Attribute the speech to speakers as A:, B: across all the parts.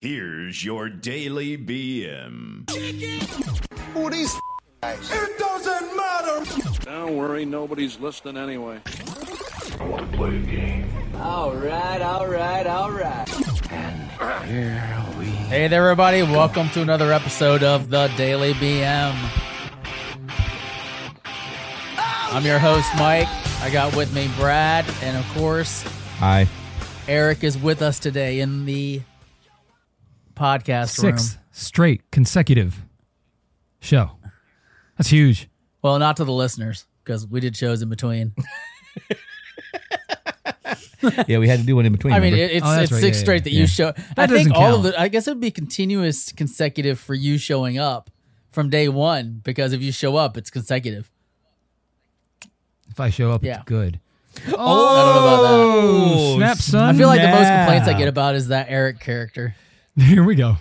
A: Here's your daily BM.
B: Who are these f- guys? It doesn't matter.
C: Don't worry, nobody's listening anyway.
D: All right, all right, all right.
E: Hey there, everybody. Welcome to another episode of the Daily BM. I'm your host, Mike. I got with me Brad, and of course,
F: Hi.
E: Eric is with us today in the podcast
G: sixth
E: room.
G: straight consecutive show. That's huge.
E: Well, not to the listeners, because we did shows in between.
F: Yeah, we had to do one in between.
E: I mean,
F: remember?
E: it, it's,
G: Oh, that's
E: it's
G: right.
E: six
G: Yeah,
E: straight
G: yeah,
E: that
G: yeah.
E: you show. I
G: That
E: think
G: doesn't
E: all
G: count.
E: of the. I guess it'd be continuous consecutive for you showing up from day one, because if you show up, it's consecutive.
G: If I show up,
E: Yeah.
G: it's good.
E: I don't know about that.
G: Oh, snap, son.
E: I feel like the most
F: Nah.
E: complaints I get about is that Eric character.
G: Here we go.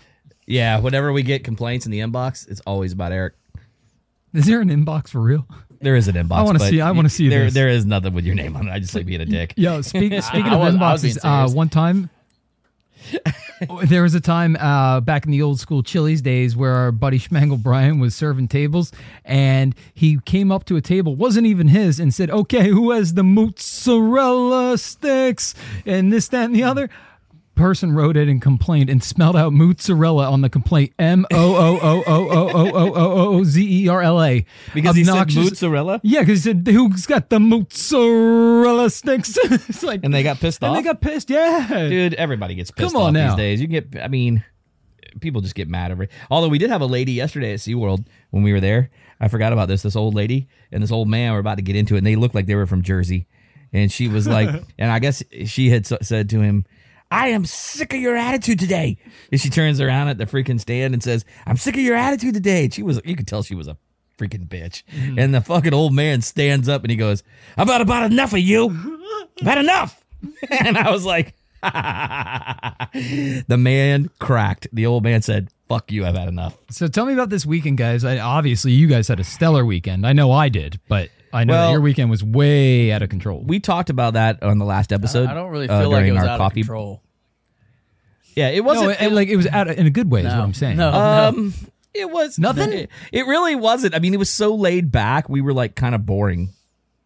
F: yeah, whenever we get complaints in the inbox, it's always about Eric.
G: Is there an inbox for real?
F: There is an inbox.
G: I wanna
F: but
G: see- I wanna see
F: There,
G: this.
F: there is nothing with your name on it. I just like being a dick.
G: Yo, speak, speaking
E: I
G: of
E: was- I was being
G: inboxes, uh,
E: serious.
G: one time there was a time uh, back in the old school Chili's days where our buddy Schmangle Brian was serving tables, and he came up to a table wasn't even his and said, "Okay, who has the mozzarella sticks?" and this, that, and the other. Person wrote it and complained and smelled out mozzarella on the complaint. M O O O O O O O O O Z E R L A.
F: Because he said
G: Obnoxious-
F: mozzarella,
G: yeah, because he said, "Who's got the mozzarella sticks?" it's like,
F: and they got pissed
G: and
F: off.
G: they got pissed. Yeah,
F: Dude, everybody gets pissed
G: Come on
F: off
G: now.
F: these days. You get, I mean, people just get mad over. Although we did have a lady yesterday at SeaWorld when we were there. I forgot about this. This old lady and this old man were about to get into it, and they looked like they were from Jersey. And she was like, and I guess she had s- said to him, "I am sick of your attitude today." And she turns around at the freaking stand and says, "I'm sick of your attitude today." And she was, you could tell she was a freaking bitch.
G: Mm-hmm.
F: And the fucking old man stands up and he goes, "I've had about enough of you. I've had enough." and I was like, the man cracked. The old man said, "Fuck you, I've had enough."
G: So tell me about this weekend, guys. I, obviously, you guys had a stellar weekend. I know I did, but I know
F: Well-
G: that your weekend was way out of control.
F: We talked about that on the last episode.
E: I don't really
F: uh,
E: feel like it
F: during
E: was
F: our
E: out
F: coffee-
E: of control.
F: Yeah, it
G: no,
F: wasn't.
G: it, like it was out of, in a good way. Is what I'm saying.
E: No, oh, no.
F: um, it was
G: Nothing?
F: It, it really wasn't. I mean, it was so laid back. We were like kind of boring.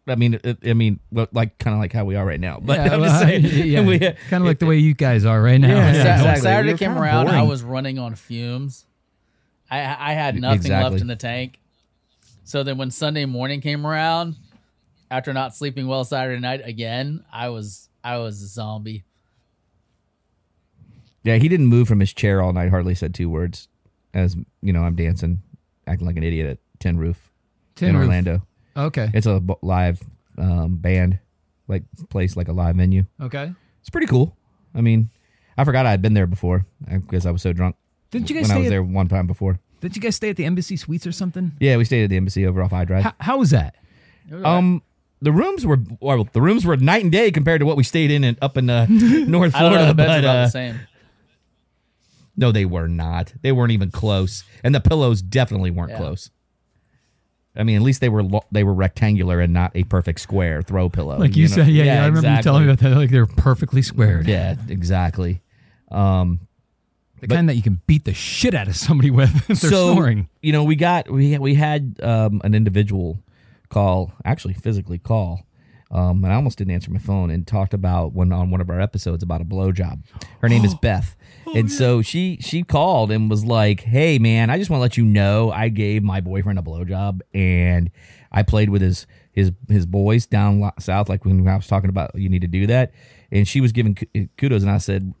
F: I mean, it, I mean, well, like kind of like how we are right now. But
G: yeah,
F: I'm just saying, we- uh,
G: kind of like the way you guys are right now.
F: Yeah,
E: Sa-
F: exactly.
E: Saturday
F: We were
E: came
F: kinda
E: around. I
F: boring. E-
E: was running on fumes. I I had nothing
F: exactly.
E: left in the tank. So then when Sunday morning came around, after not sleeping well Saturday night again, I was I was a zombie.
F: yeah, he didn't move from his chair all night. Hardly said two words. As you know, I'm dancing, acting like an idiot at Tin Roof
G: Tin
F: in
G: Roof.
F: Orlando.
G: Okay.
F: It's a b- live um, band, like place, like a live venue.
G: Okay.
F: It's pretty cool. I mean, I forgot I had been there before because I was so drunk
G: Didn't you guys
F: when I
G: stay?
F: was
G: At,
F: there one time before.
G: didn't you guys stay at the Embassy Suites or something?
F: Yeah, we stayed at the embassy over off I Drive.
G: How, how was that?
F: Um, the rooms were well, the rooms were night and day compared to what we stayed in and up in uh, North
E: I don't know
F: Florida.
E: the beds are
F: but
E: about
F: uh,
E: the same.
F: no, they were not. They weren't even close, and the pillows definitely weren't
E: Yeah.
F: close. I mean, at least they were lo- they were rectangular and not a perfect square throw pillow.
G: Like you,
F: know?
G: said, yeah, yeah, I remember you telling me
F: exactly.
G: about that. Like they're perfectly squared.
F: Yeah, exactly. Um,
G: The kind that you can beat the shit out of somebody with if they're snoring.
F: You know, we got we we had um, an individual call, actually physically call, um, and I almost didn't answer my phone and talked about when on one of our episodes about a blowjob. Her name is Beth,
G: Oh,
F: and so she she called and was like, "Hey man, I just want to let you know I gave my boyfriend a blowjob and I played with his." His, his boys down lo- south, like when I was talking about, you need to do that. And she was giving ku- kudos, and I said,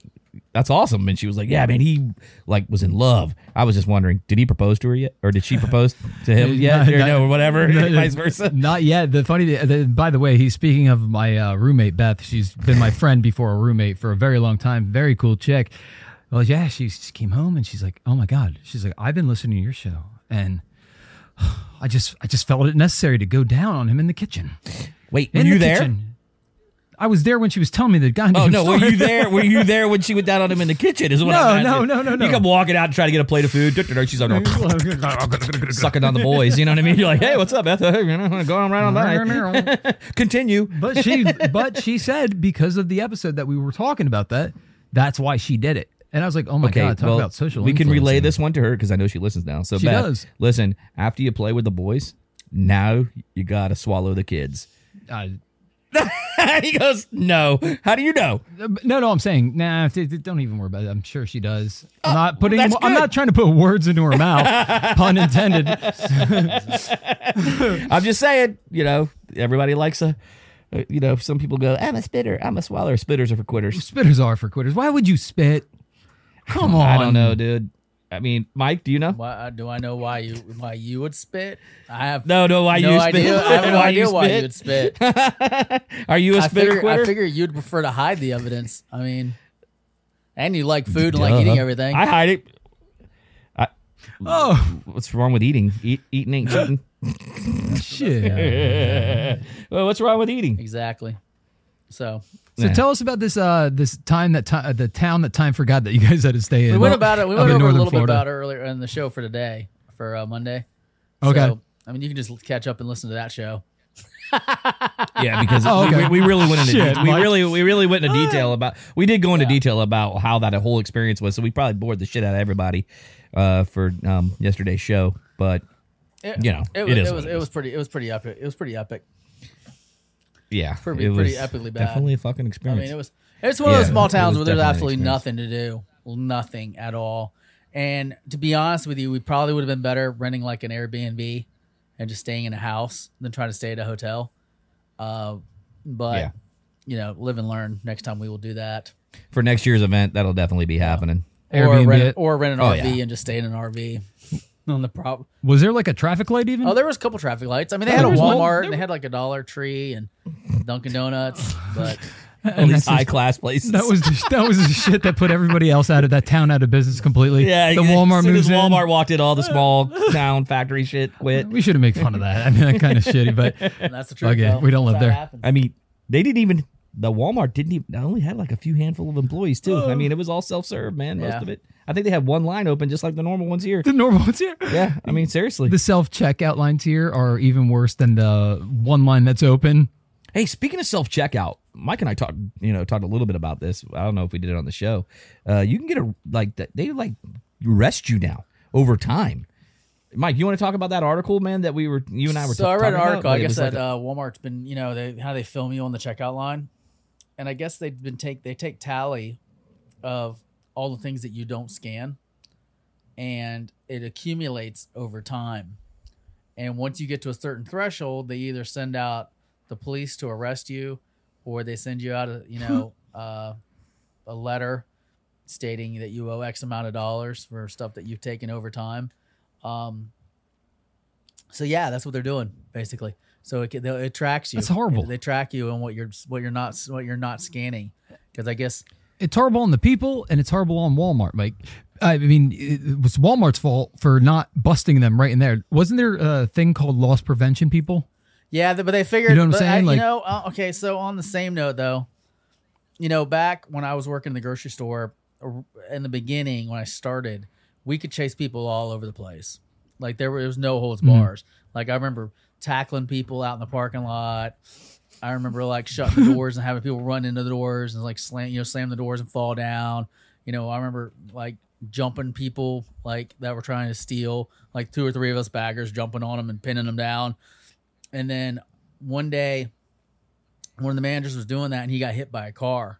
F: that's awesome. And she was like, yeah, man, he like was in love. I was just wondering, did he propose to her yet? Or did she propose to him yet?
G: No,
F: or
G: no.
F: no, or whatever,
G: No, no.
F: vice versa.
G: Not yet. The funny, the, by the way, he's speaking of my uh, roommate Beth. She's been my friend before, a roommate for a very long time. Very cool chick. Well, yeah, she, she came home and she's like, "Oh my god," she's like, "I've been listening to your show, and I just, I just felt it necessary to go down on him in the kitchen."
F: Wait, were
G: In
F: you
G: the
F: there?
G: kitchen. I was there when she was telling me the guy.
F: Oh no, were you there? Were you there when she went down on him in the kitchen? Is what
G: No,
F: I'm
G: no,
F: asking.
G: no, no, no.
F: You come walking out and try to get a plate of food. She's like sucking on the boys. You know what I mean? You're like, hey, what's up, Beth? You know, go on right on by. Continue.
G: but she but she said because of the episode that we were talking about that that's why she did it And I was like, oh my
F: Okay,
G: God, talk
F: well,
G: about social
F: We can relay
G: influencing.
F: this one to her because I know she listens now. So
G: She
F: Beth,
G: does.
F: listen, after you play with the boys, now you gotta swallow the kids.
G: I-
F: he goes, no. How do you know?
G: No, no, I'm saying, nah, d- d- don't even worry about it. I'm sure she does. I'm not putting.
F: Oh, that's
G: I'm
F: good.
G: not trying to put words into her mouth, pun intended.
F: I'm just saying. You know, everybody likes a. uh, You know, some people go, I'm a spitter, I'm a swallower. Spitters are for quitters.
G: Spitters are for quitters. Why would you spit? Come on.
F: I don't know, dude. I mean, Mike, do you know?
E: Why, uh, do I know why you why you would spit? I have
F: No, no, why
E: no
F: you spit?
E: idea. I have no
F: Why
E: idea
F: you
E: why
F: spit?
E: you'd spit.
F: Are you a
E: I
F: spitter
E: figure,
F: quitter?
E: I figure you'd prefer to hide the evidence. I mean, and you like food and like
F: Duh.
E: eating everything.
F: Uh-huh. I hide it.
G: Oh
F: What's wrong with eating? Eat, eating ain't cheating.
G: shit.
F: well, what's wrong with eating?
E: exactly. So
G: So
F: Yeah.
G: tell us about this. Uh, this time that ti- uh, the town that time forgot that you guys had to stay in.
E: we went about it. We
G: up
E: went
G: in
E: over a
G: northern
E: little
G: Florida.
E: bit about it earlier in the show for today for uh, Monday.
G: Okay.
E: So, I mean, you can just catch up and listen to that show.
F: Yeah, because
G: Oh, okay.
F: we, we really went into
G: Shit,
F: de- we
G: Mike.
F: really we really went into detail about we did go into detail about how that whole experience was. So we probably bored the shit out of everybody uh, for um, yesterday's show. But
E: It,
F: You know,
E: it,
F: it
E: was
F: is
E: it
F: what
E: was
F: it
E: it
F: is.
E: was pretty it was pretty epic. It was pretty epic.
F: yeah,
E: Pretty-
F: it was
E: pretty epically bad.
F: Definitely a fucking
E: I
F: experience.
E: mean, it was it's one of
F: Yeah,
E: those small
F: it
E: towns
F: was
E: where there's
F: definitely an
E: absolutely
F: experience.
E: nothing to do, nothing at all. And to be honest with you, we probably would have been better renting like an Airbnb and just staying in a house than trying to stay at a hotel. Uh, but
F: Yeah.
E: you know, live and learn. Next time we will do that,
F: for next year's event, that'll definitely be happening.
E: or
G: Airbnb
E: rent
G: it.
E: or rent an
F: Oh,
E: RV
F: yeah.
E: and just stay in an RV. On the prop.
G: Was there like a traffic light even?
E: Oh, there was a couple traffic lights. I mean, they
G: Oh,
E: had a
G: there was one-
E: Walmart and
G: there-
E: they had like a Dollar Tree and Dunkin' Donuts, but
F: At
G: that's
F: least high class places.
G: that was the, that was the shit that put everybody else out of that town out of business completely.
F: yeah.
G: the
F: as
G: Walmart
F: soon
G: moves
F: as
G: in.
F: Walmart walked in, all the small town factory shit quit.
G: We should have made fun of that. I mean, that kind of shitty, but
E: that's the truth.
G: Okay,
E: though.
G: we don't live
E: That's how it
G: there.
E: happens.
F: I mean, they didn't even. The Walmart didn't even. They only had like a few handful of employees too. I mean, it was all self serve, man. Most
E: Yeah.
F: of it. I think they had one line open, just like the normal ones here.
G: the normal ones here.
F: Yeah, I mean, seriously.
G: The self checkout lines here are even worse than the one line that's open.
F: hey, speaking of self checkout, Mike and I talked, you know, talked a little bit about this. I don't know if we did it on the show. Uh, you can get a like th- they like arrest you now over time. Mike, you want to talk about that article, man? That we were you and I were.
E: so I
F: I
E: read an article. I guess that uh, Walmart's been, you know, they, how they film you on the checkout line, and I guess they've been take they take tally of all the things that you don't scan, and it accumulates over time. And once you get to a certain threshold, they either send out the police to arrest you, or they send you out a you know uh, a letter stating that you owe X amount of dollars for stuff that you've taken over time. Um, so yeah, that's what they're doing basically. So it, they'll- it tracks you.
G: That's horrible.
E: They track you and what you're what you're not what you're not scanning because I guess
G: It's horrible on the people, and it's horrible on Walmart. Like, I mean, it was Walmart's fault for not busting them right in there. Wasn't there a thing called loss prevention? People,
E: Yeah, th- but they figured.
G: You know what I'm
E: but I-
G: saying?
E: you
G: Like-
E: know, uh, okay. So on the same note, though, you know, back when I was working in the grocery store uh, in the beginning when I started, we could chase people all over the place. Like there, were, there was no holds
G: Mm-hmm.
E: bars. Like I remember tackling people out in the parking lot. I remember like shutting the doors and having people run into the doors and like slam, you know, slam the doors and fall down. You know, I remember like jumping people like that were trying to steal, like two or three of us baggers jumping on them and pinning them down. And then one day, one of the managers was doing that and he got hit by a car,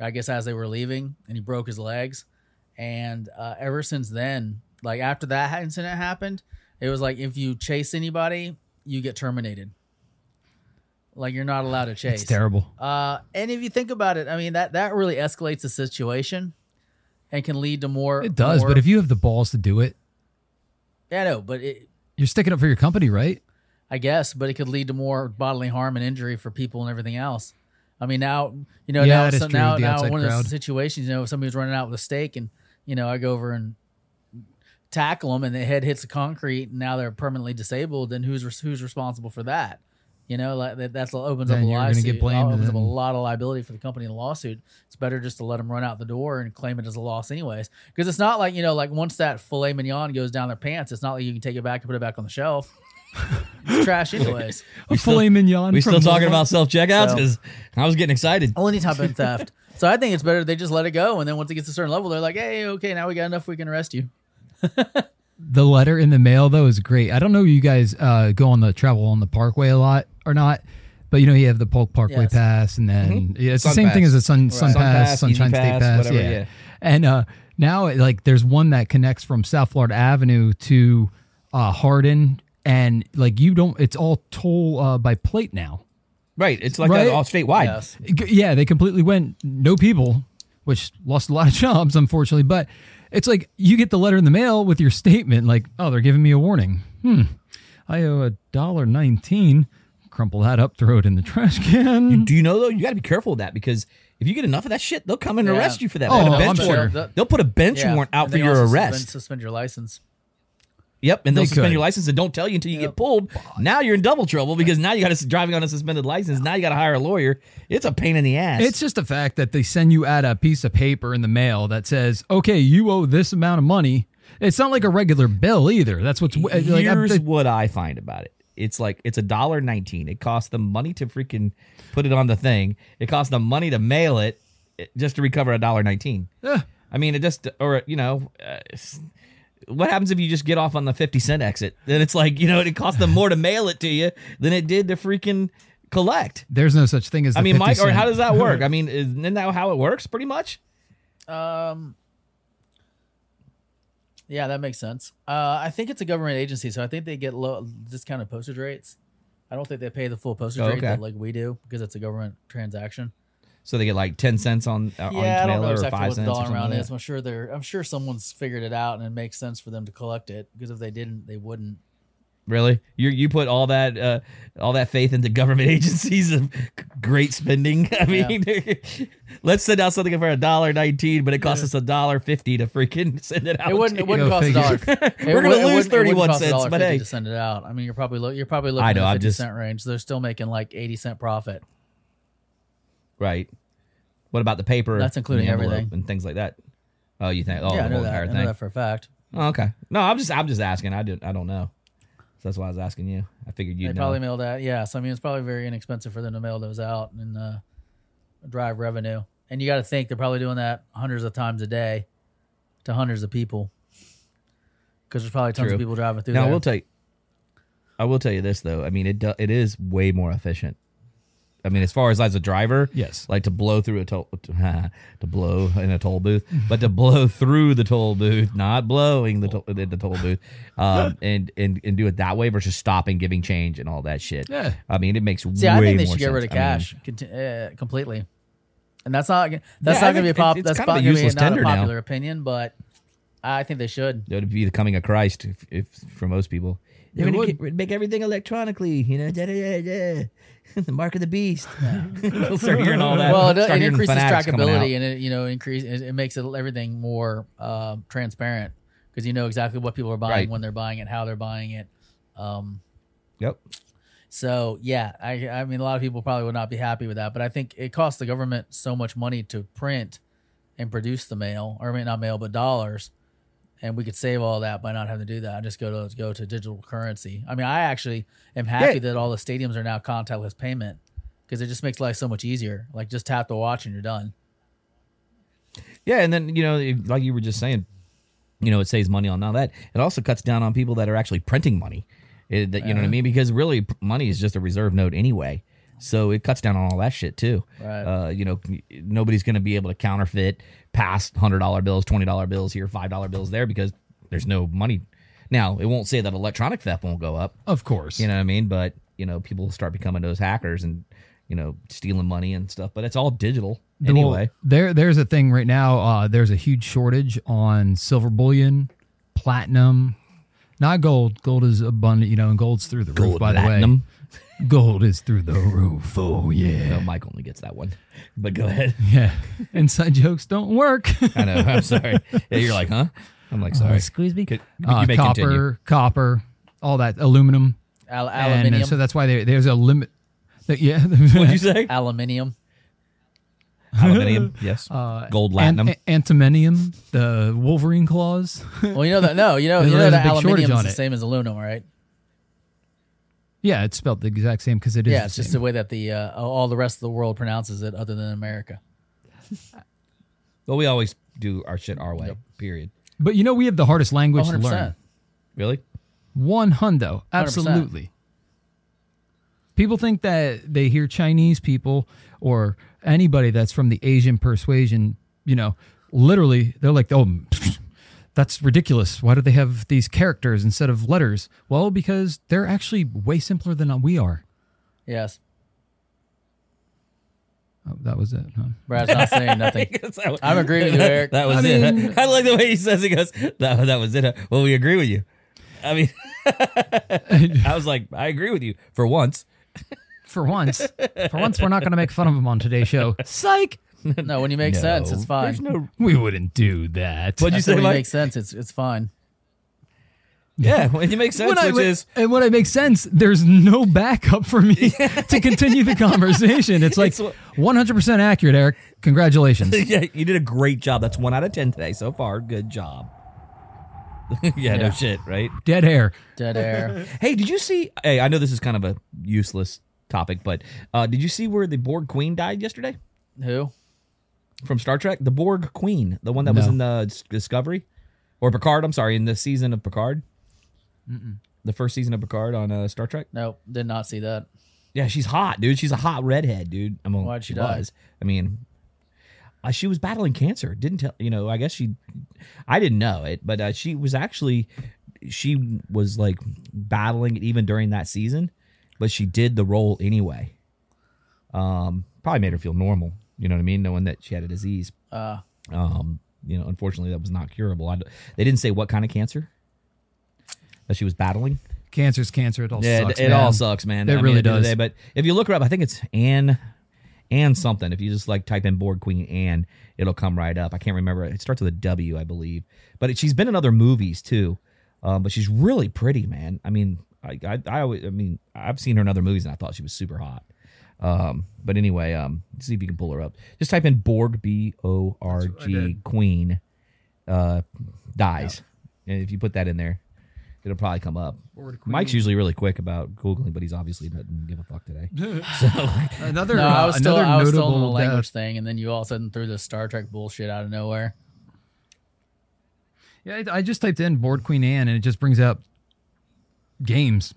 E: I guess, as they were leaving and he broke his legs. And uh, ever since then, like after that ha- incident happened, it was like if you chase anybody, you get terminated. Like you're not allowed to chase.
G: it's terrible.
E: Uh, and if you think about it, I mean that that really escalates the situation, and can lead to more.
G: It does, but if you have the balls to do it,
E: yeah, no, but it,
G: you're sticking up for your company, right?
E: I guess, but it could lead to more bodily harm and injury for people and everything else. I mean, now you know
G: Yeah,
E: now
G: that is
E: some,
G: true,
E: now,
G: the
E: now
G: outside
E: one of
G: crowd.
E: those situations, you know, if somebody's running out with a stake and you know I go over and tackle them and the head hits the concrete and now they're permanently disabled, then who's res- who's responsible for that? You know, like that that's opens up
G: Then
E: a
G: you're gonna
E: lawsuit.
G: get blamed
E: opens up a
G: and-
E: lot of liability for the company in the lawsuit. It's better just to let them run out the door and claim it as a loss, anyways. Because it's not like you know, like once that filet mignon goes down their pants, it's not like you can take it back and put it back on the shelf. it's trash, anyways.
G: A filet mignon.
F: We
G: from
F: still talking
G: Walmart?
F: about self checkouts
E: So-
F: because I was getting excited.
E: Only type of theft. So I think it's better they just let it go, and then once it gets to a certain level, they're like, "Hey, okay, now we got enough. We can arrest you."
G: The letter in the mail though is great. I don't know if you guys uh, go on the travel on the Parkway a lot or not, but you know you have the Polk Parkway
E: Yes.
G: Pass, and then yeah, it's the
F: Mm-hmm. Sun
G: same thing
F: Pass.
G: as the Sun Sun
F: Sun
G: Pass,
F: Pass,
G: Sunshine
F: Easy
G: State
F: Pass,
G: Pass,
F: whatever,
G: yeah.
F: yeah.
G: And uh, now it, like there's one that connects from South Florida Avenue to uh, Hardin, and like you don't, it's all toll uh, by plate now.
F: Right. It's like
G: Right?
F: a, all statewide.
E: Yes.
G: G- Yeah, they completely went no people, which lost a lot of jobs, unfortunately. But it's like you get the letter in the mail with your statement, like, "Oh, they're giving me a warning. Hmm, I owe a dollar nineteen. Crumple that up, throw it in the trash can.
F: Do you know though? You got to be careful with that because if you get enough of that shit, they'll come and
E: Yeah.
F: arrest you for that.
G: Oh,
F: They'll put a
G: I'm
F: bench
G: sure.
F: warrant-
E: That-
F: They'll put a bench warrant out
E: and
F: for
E: they
F: your
E: also suspend-
F: arrest.
E: suspend your license.
F: Yep, and they'll
G: They
F: suspend
G: could.
F: your license and don't tell you until you get pulled. Now you're in double trouble because now you got a driving on a suspended license. Now you got to hire a lawyer. It's a pain in the ass.
G: It's just the fact that they send you out a piece of paper in the mail that says, "Okay, you owe this amount of money." It's not like a regular bill either. That's what's Uh, like, I-
F: here's what I find about it. It's like it's a dollar nineteen. It costs them money to freaking put it on the thing. It costs them money to mail it eh, just to recover a dollar nineteen.
G: Yeah.
F: I mean, it just or you know, uh, s- what happens if you just get off on the fifty cent exit? Then it's like you know, it costs them more to mail it to you than it did to freaking collect.
G: there's no such thing as. The
F: I mean,
G: 50
F: Mike, or how
G: cent.
F: does that work? I mean, isn't that how it works? Pretty much.
E: Um, yeah, that makes sense. Uh, I think it's a government agency, so I think they get low discounted postage rates. I don't think they pay the full postage
F: Oh,
E: rate
F: okay.
E: that, like we do because it's a government transaction.
F: So they get like ten cents on uh, on
E: yeah, I don't
F: mailer
E: know
F: or
E: exactly
F: five
E: what the
F: cents. or
E: dollar
F: something
E: amount
F: like
E: is.
F: that.
E: I'm sure they're. I'm sure someone's figured it out, and it makes sense for them to collect it because if they didn't, they wouldn't.
F: Really, you you put all that uh, all that faith into government agencies of g- great spending. I mean, let's send out something for a dollar nineteen, but it costs us a dollar fifty to freaking send it out.
E: It wouldn't.
F: to
E: It wouldn't
G: Go
E: cost a
G: figure.
E: dollar.
F: We're gonna lose 31 cents, but hey.
E: to send it out. I mean, you're probably lo- you're probably looking
F: I
E: at
F: know,
E: the
F: I'm
E: fifty
F: just-
E: cent range. They're still making like eighty cent profit.
F: you. Right. What about the paper?
E: That's
F: and the
E: including
F: envelope
E: everything.
F: and things like that. Oh, you think? Oh,
E: yeah, I
F: the
E: know
F: whole
E: that. I
F: entire
E: know
F: thing.
E: that for a fact.
F: Oh, okay. No, I'm just I'm just asking. I don't I don't know. So that's why I was asking you. I figured
E: They
F: you'd know.
E: probably mailed out. Yeah, so I mean, it's probably very inexpensive for them to mail those out and uh, drive revenue. And you got to think they're probably doing that hundreds of times a day to hundreds of people because there's probably tons
F: True.
E: of people driving through.
F: Now I
E: there.
F: will tell you, I will tell you this though. I mean, it do, it is way more efficient. I mean, as far as as a driver,
G: Yes.
F: like to blow through a toll, to, blow in a toll booth, but to blow through the toll booth, not blowing the toll, the toll booth, um, and and and do it that way versus stopping, giving change, and all that shit.
G: Yeah.
F: I mean, it makes
E: See,
F: way
E: I think they
F: more
E: should get rid of
F: sense. I mean,
E: cash conti- uh, completely, and that's not that's
F: I
E: not going to
F: think
E: be a pop.
F: it- it's
E: that's
F: kind of a
E: not going to be
F: useless
E: not a
F: tender now.
E: popular opinion, but I think they should.
F: that would be the coming of Christ if, if for most people. They're
G: It
F: gonna
G: would.
F: get- make everything electronically, you know, da, da, da, da. the mark of the beast. You'll start hearing all that.
E: Well, it,
F: Start
E: it
F: hearing
E: increases
F: fanatics coming out.
E: trackability, and it you know increase it, it makes it, everything more uh, transparent because you know exactly what people are buying,
F: Right.
E: when they're buying it, how they're buying it. Um,
F: Yep.
E: So yeah, I I mean a lot of people probably would not be happy with that, but I think it costs the government so much money to print and produce the mail, or I mean not mail but dollars, and we could save all that by not having to do that and just go to go to digital currency. I mean I actually am happy
F: Yeah.
E: that all the stadiums are now contactless payment because it just makes life so much easier. Like just tap the watch and you're done.
F: Yeah, and then you know, if- like you were just saying, you know, it saves money on all that. It also cuts down on people that are actually printing money. It, that, you know what I mean? Because really, p- money is just a reserve note anyway. So it cuts down on all that shit too.
E: Right.
F: Uh, you know, c- nobody's going to be able to counterfeit past hundred dollar bills, twenty dollar bills here, five dollar bills there, because there's no money. Now it won't say that electronic theft won't go up.
G: Of course,
F: You know what I mean? But you know, people start becoming those hackers and you know stealing money and stuff. But it's all digital
G: Well,
F: anyway.
G: there there's a thing right now. Uh, there's a huge shortage on silver bullion, platinum, not gold. Gold is abundant, you know, and gold's through the roof. By
F: platinum.
G: the way, gold is through the roof. Oh yeah,
F: No, Mike only gets that one. But go ahead.
G: yeah. Inside jokes don't work.
F: I know. I'm sorry. Yeah, you're like, huh? I'm like, sorry.
G: Excuse me.
F: Could- you
G: Uh,
F: may
G: copper,
F: continue.
G: copper, all that aluminum,
E: Al-
G: And, uh,
E: aluminium,
G: so that's why there, there's a limit. that- yeah.
F: What'd you say?
E: aluminium.
F: Aluminium. Yes. Gold, platinum.
G: An- antimonium, the Wolverine claws.
E: Well, you know that no, you know
G: There's
E: you
G: a
E: know that
G: big shortage
E: aluminium is
G: on
E: the
G: it.
E: same as aluminum, right?
G: yeah, it's spelled the exact same because it is.
E: Yeah,
G: the
E: it's just
G: same.
E: the way that the uh, all the rest of the world pronounces it, other than America.
F: But we always do our shit our way. Period.
G: But you know, we have the hardest language to learn.
E: 100%.
F: Really?
G: One hundo,
E: 100%.
G: absolutely. People think that they hear Chinese people or anybody that's from the Asian persuasion, you know, literally, they're like, oh, that's ridiculous. Why do they have these characters instead of letters? Well, because they're actually way simpler than we are.
E: Yes.
G: Oh, that was it. Huh?
E: Brad's not saying nothing. I'm agreeing with you, Eric.
F: That was
G: I
F: it.
G: mean-
F: I like the way he says it. He Goes that, that was it. huh? Well, we agree with you. I mean, I was like, I agree with you for once.
G: For once, for once, we're not going to make fun of them on today's show. Psych.
E: No, when you make sense, it's fine.
F: There's no.
G: We wouldn't do that.
F: What'd
E: I
F: you
E: said
F: say,
E: when you
F: Mike?
E: make sense, it's it's fine.
F: yeah, when you make sense,
G: when I
F: which
G: ma-
F: is
G: and when I make sense, there's no backup for me to continue the conversation. It's like
F: It's wha-
G: 100% accurate, Eric. Congratulations.
F: yeah, you did a great job. That's one out of ten today so far. Good job. yeah, no shit, right?
G: Dead air.
E: Dead air.
F: Hey, did you see? Hey, I know this is kind of a useless topic, but uh, did you see where the Borg Queen died yesterday
E: Who?
F: from Star Trek? The Borg Queen, the one that was
G: No.
F: in the Dis- Discovery or Picard. I'm sorry, in the season of Picard, the first season of Picard on uh, Star Trek.
E: Nope. Did not see that.
F: Yeah, she's hot, dude. She's a hot redhead, dude. I mean,
E: Why'd she die?
F: was. I mean, uh, she was battling cancer. Didn't tell you know. I guess she, I didn't know it, but uh, she was actually, she was like battling it even during that season, but she did the role anyway. Um, probably made her feel normal. You know what I mean? Knowing that she had a disease.
E: Uh,
F: Um, you know, unfortunately, that was not curable. I d they didn't say what kind of cancer that she was battling.
G: Cancer's cancer. It all
F: Yeah,
G: sucks.
F: it, it
G: man.
F: all sucks, man.
G: It
F: I mean,
G: really
F: at the end of the
G: does.
F: day, but if you look her up, I think it's Anne, Anne something. If you just like type in Borg Queen Anne, it'll come right up. I can't remember. It starts with a W, I believe. But it, she's been in other movies too. Um, but she's really pretty, man. I mean, I, I, I always, I mean, I've seen her in other movies, and I thought she was super hot. Um, but anyway, um, see if you can pull her up. Just type in Borg B O R G Queen, uh, dies, and if you put that in there, it'll probably come up. Mike's usually really quick about googling, but he's obviously doesn't give a fuck today.
G: Another,
E: no,
G: uh,
E: I was still
G: another
E: I was
G: notable
E: still
G: uh,
E: on the
G: death.
E: language thing, and then you all of a sudden threw the Star Trek bullshit out of nowhere.
G: Yeah, I I just typed in Board Queen Anne and it just brings up games.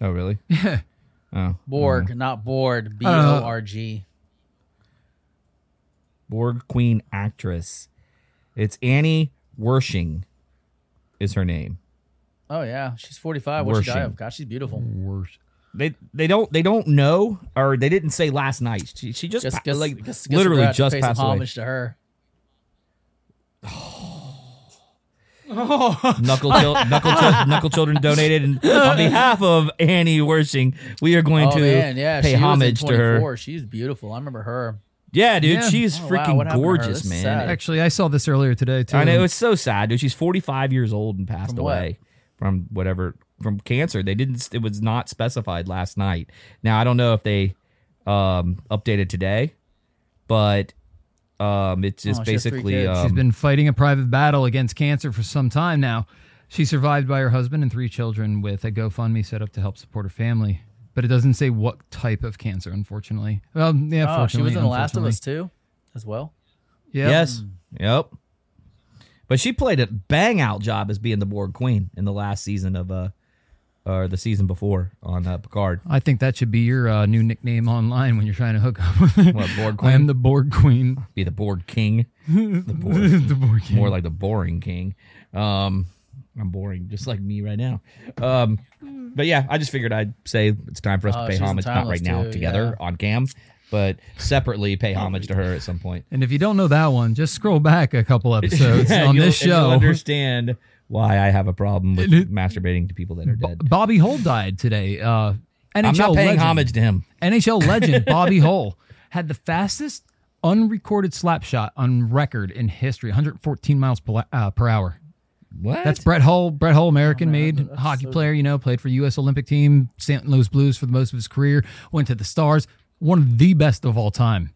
F: Oh, really? Yeah. Oh,
E: Borg,
G: Mm.
E: not bored. B O R G.
F: Borg Queen actress. It's Annie Wershing, is her name.
G: Uh,
E: Oh yeah, she's 45. What she die
F: Worshing.
E: of? God, she's beautiful.
F: They they don't they don't know or they didn't say last night. She, she just,
E: Just
F: pa-
E: guess,
F: like
E: guess, guess
F: literally
E: we're gonna have to
F: just
E: pay some
F: passed away.
E: homage to her.
F: Knuckle chil- knuckle chil- knuckle children donated and on behalf of Annie Wershing, we are going
E: Oh
F: to
E: man, yeah,
F: pay
E: she
F: homage
E: was in
F: to her.
E: 24. She's beautiful. I remember her.
F: Yeah, dude,
G: Yeah.
F: she's
E: Oh, wow,
F: freaking
E: what happened to her?
F: gorgeous,
E: That's
F: man.
E: sad.
G: Actually, I saw this earlier today, too.
F: I know it's so sad, dude. She's 45 years old and passed
E: From what?
F: away from whatever from cancer. They didn't. It was not specified last night. Now I don't know if they um updated today, but um it's just
E: Oh, she has three
F: basically
E: kids.
F: um,
G: She's been fighting a private battle against cancer for some time now. She survived by her husband and three children with a GoFundMe set up to help support her family. But it doesn't say what type of cancer, unfortunately. Well, yeah,
E: Oh, she
G: fortunately,
E: was in The Last of
G: unfortunately.
E: Us too, as well.
G: Yep.
F: yes, yep. But she played a bang out job as being the Borg Queen in the last season of uh or the season before on uh, Picard.
G: I think that should be your uh, new nickname online when you're trying to hook up.
F: What Borg
G: I
F: Queen?
G: am the Borg Queen.
F: Be the Borg King. The Borg.
G: the Borg King.
F: more like the boring king. Um, I'm boring, just like me right now. Um, but yeah, I just figured I'd say it's time for us
E: Oh,
F: to pay
E: she's in
F: homage, not
E: Timeless
F: right now
E: too,
F: together on cam, but separately pay homage to her at some point.
G: And if you don't know that one, just scroll back a couple episodes
F: And
G: on
F: you'll-
G: this
F: and you'll
G: show.
F: understand why I have a problem with
G: It-
F: masturbating to people that are dead.
G: Bobby Hole died today. Uh, NHL
F: I'm not paying
G: legend.
F: homage to him.
G: NHL legend Bobby Hull had the fastest unrecorded slap shot on record in history, 114 miles per, uh, per hour.
F: What?
G: That's Brett Hull, Brett Hull, American made hockey player, you know, played for U.S. Olympic team, St. Louis Blues for the most of his career, went to the Stars, one of the best of all time.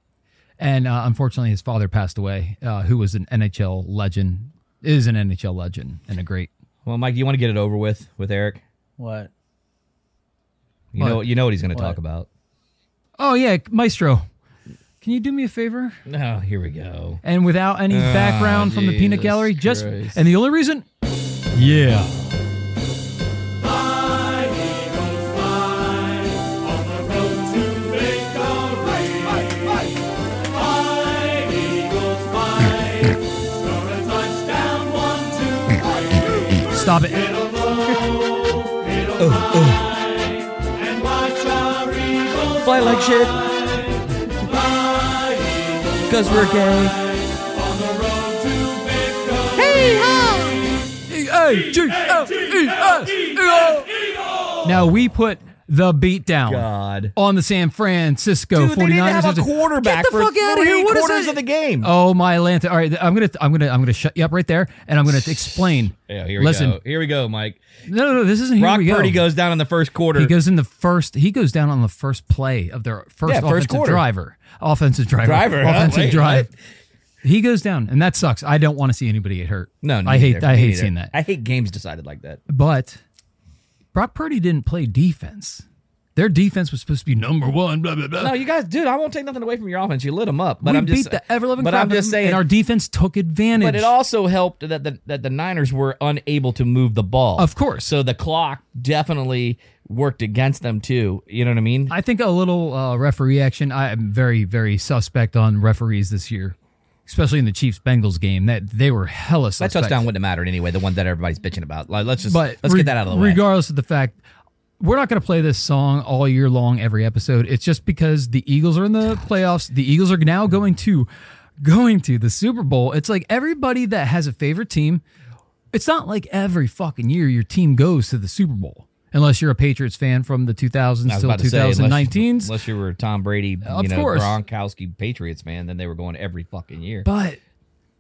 G: And uh, unfortunately, his father passed away, uh, who was an NHL legend, is an NHL legend and a great.
F: well, Mike, you want to get it over with with Eric?
E: What?
F: You know, you know what he's going to
E: What?
F: talk about.
G: Oh, yeah, Maestro. Can you do me a favor?
F: No, here we go.
G: And without any background from the peanut
F: Jesus
G: gallery, just
F: Christ.
G: and the only reason
F: Yeah.
G: stop it.
F: Fly like shit. Cause we're gay.
G: Now we put the beat down
F: God.
G: on the San Francisco
F: Dude, they didn't
G: 49ers.
F: have a quarterback
G: Get the
F: for
G: fuck out of here.
F: three
G: What is
F: quarters
G: that?
F: of the game.
G: Oh my Atlanta. All right, I'm going to I'm going to I'm going to shut you up right there and I'm going to explain.
F: Yeah, here we
G: Listen.
F: go. Here we go, Mike.
G: No, no, no, this isn't here
F: Brock
G: we go.
F: Purdy goes down in the first quarter.
G: He goes in the first. He goes down on the first play of their first
F: Yeah, first
G: offensive
F: quarter.
G: driver. Offensive driver.
F: Driver, huh?
G: Offensive
F: Wait,
G: drive. He goes down, and that sucks. I don't want to see anybody get hurt.
F: no, no,
G: I
F: me
G: hate.
F: neither.
G: I
F: Me
G: hate
F: neither.
G: seeing that.
F: I hate games decided like that.
G: But Brock Purdy didn't play defense. Their defense was supposed to be number one. Blah blah blah.
F: No, you guys, dude, I won't take nothing away from your offense. You lit them up, but
G: we
F: I'm
G: beat
F: just
G: the ever loving.
F: But I'm just saying,
G: and our defense took advantage.
F: but it also helped that the that the Niners were unable to move the ball.
G: Of course.
F: so the clock definitely worked against them too. You know what I mean?
G: I think a little uh, referee action. I am very, very suspect on referees this year, especially in the Chiefs Bengals game. That they were hella
F: that
G: suspect.
F: touchdown wouldn't have mattered anyway. The one that everybody's bitching about. Like, let's just
G: But
F: let's
G: re-
F: get that out of the way.
G: Regardless of the fact, we're not going to play this song all year long, every episode. It's just because the Eagles are in the playoffs. The Eagles are now going to going to the Super Bowl. It's like everybody that has a favorite team. It's not like every fucking year your team goes to the Super Bowl. Unless you're a Patriots fan from the 2000s
F: I was
G: till
F: about to say, unless you-
G: 2019s,
F: Unless you were a Tom Brady, you
G: Of
F: know,
G: course.
F: Gronkowski Patriots fan, then they were going every fucking year.
G: But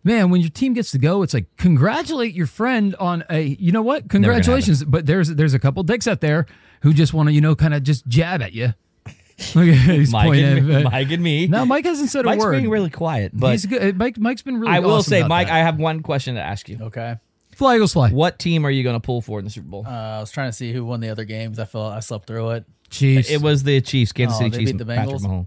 G: man, when your team gets to go, it's like congratulate your friend on a you know what? Congratulations. But there's there's a couple dicks out there who just want to you know kind of just jab at you. Look at he's
F: Mike,
G: pointing
F: and, me-
G: at-
F: Mike and me.
G: No, uh, Mike hasn't said a
F: Mike's
G: word.
F: being really quiet, but
G: he's good. Mike Mike's been really.
F: I will
G: awesome
F: say,
G: about
F: Mike,
G: that.
F: I have one question to ask you.
E: Okay.
G: fly Eagles fly.
F: What team are you going to pull for in the Super Bowl?
E: Uh, I was trying to see who won the other games. I felt I slept through it.
G: Chiefs.
F: it was the Chiefs, Kansas
E: Oh,
F: City
E: they
F: Chiefs,
E: beat the
F: with Patrick
E: Bengals?
F: Mahomes.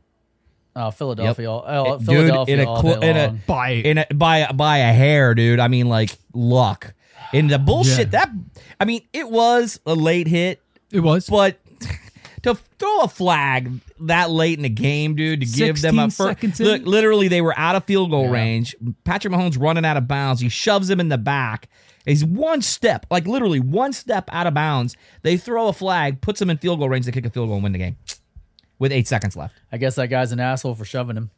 E: Oh, Philadelphia. all-
F: It-
E: Oh,
F: dude,
E: Philadelphia
F: in a
E: all
F: cl-
E: day
F: in a-
E: long.
G: by
F: in a, by by a hair, dude. I mean, like luck. And the bullshit
G: Yeah.
F: that I mean, it was a late hit,
G: it was
F: but to throw a flag that late in the game, dude, to give them
G: 16
F: a
G: seconds
F: first
G: in?
F: look. Literally, they were out of field goal range. Patrick Mahomes running out of bounds. He shoves him in the back. He's one step, like literally one step out of bounds. They throw a flag, puts him in field goal range. They kick a field goal and win the game with eight seconds left.
E: I guess that guy's an asshole for shoving him.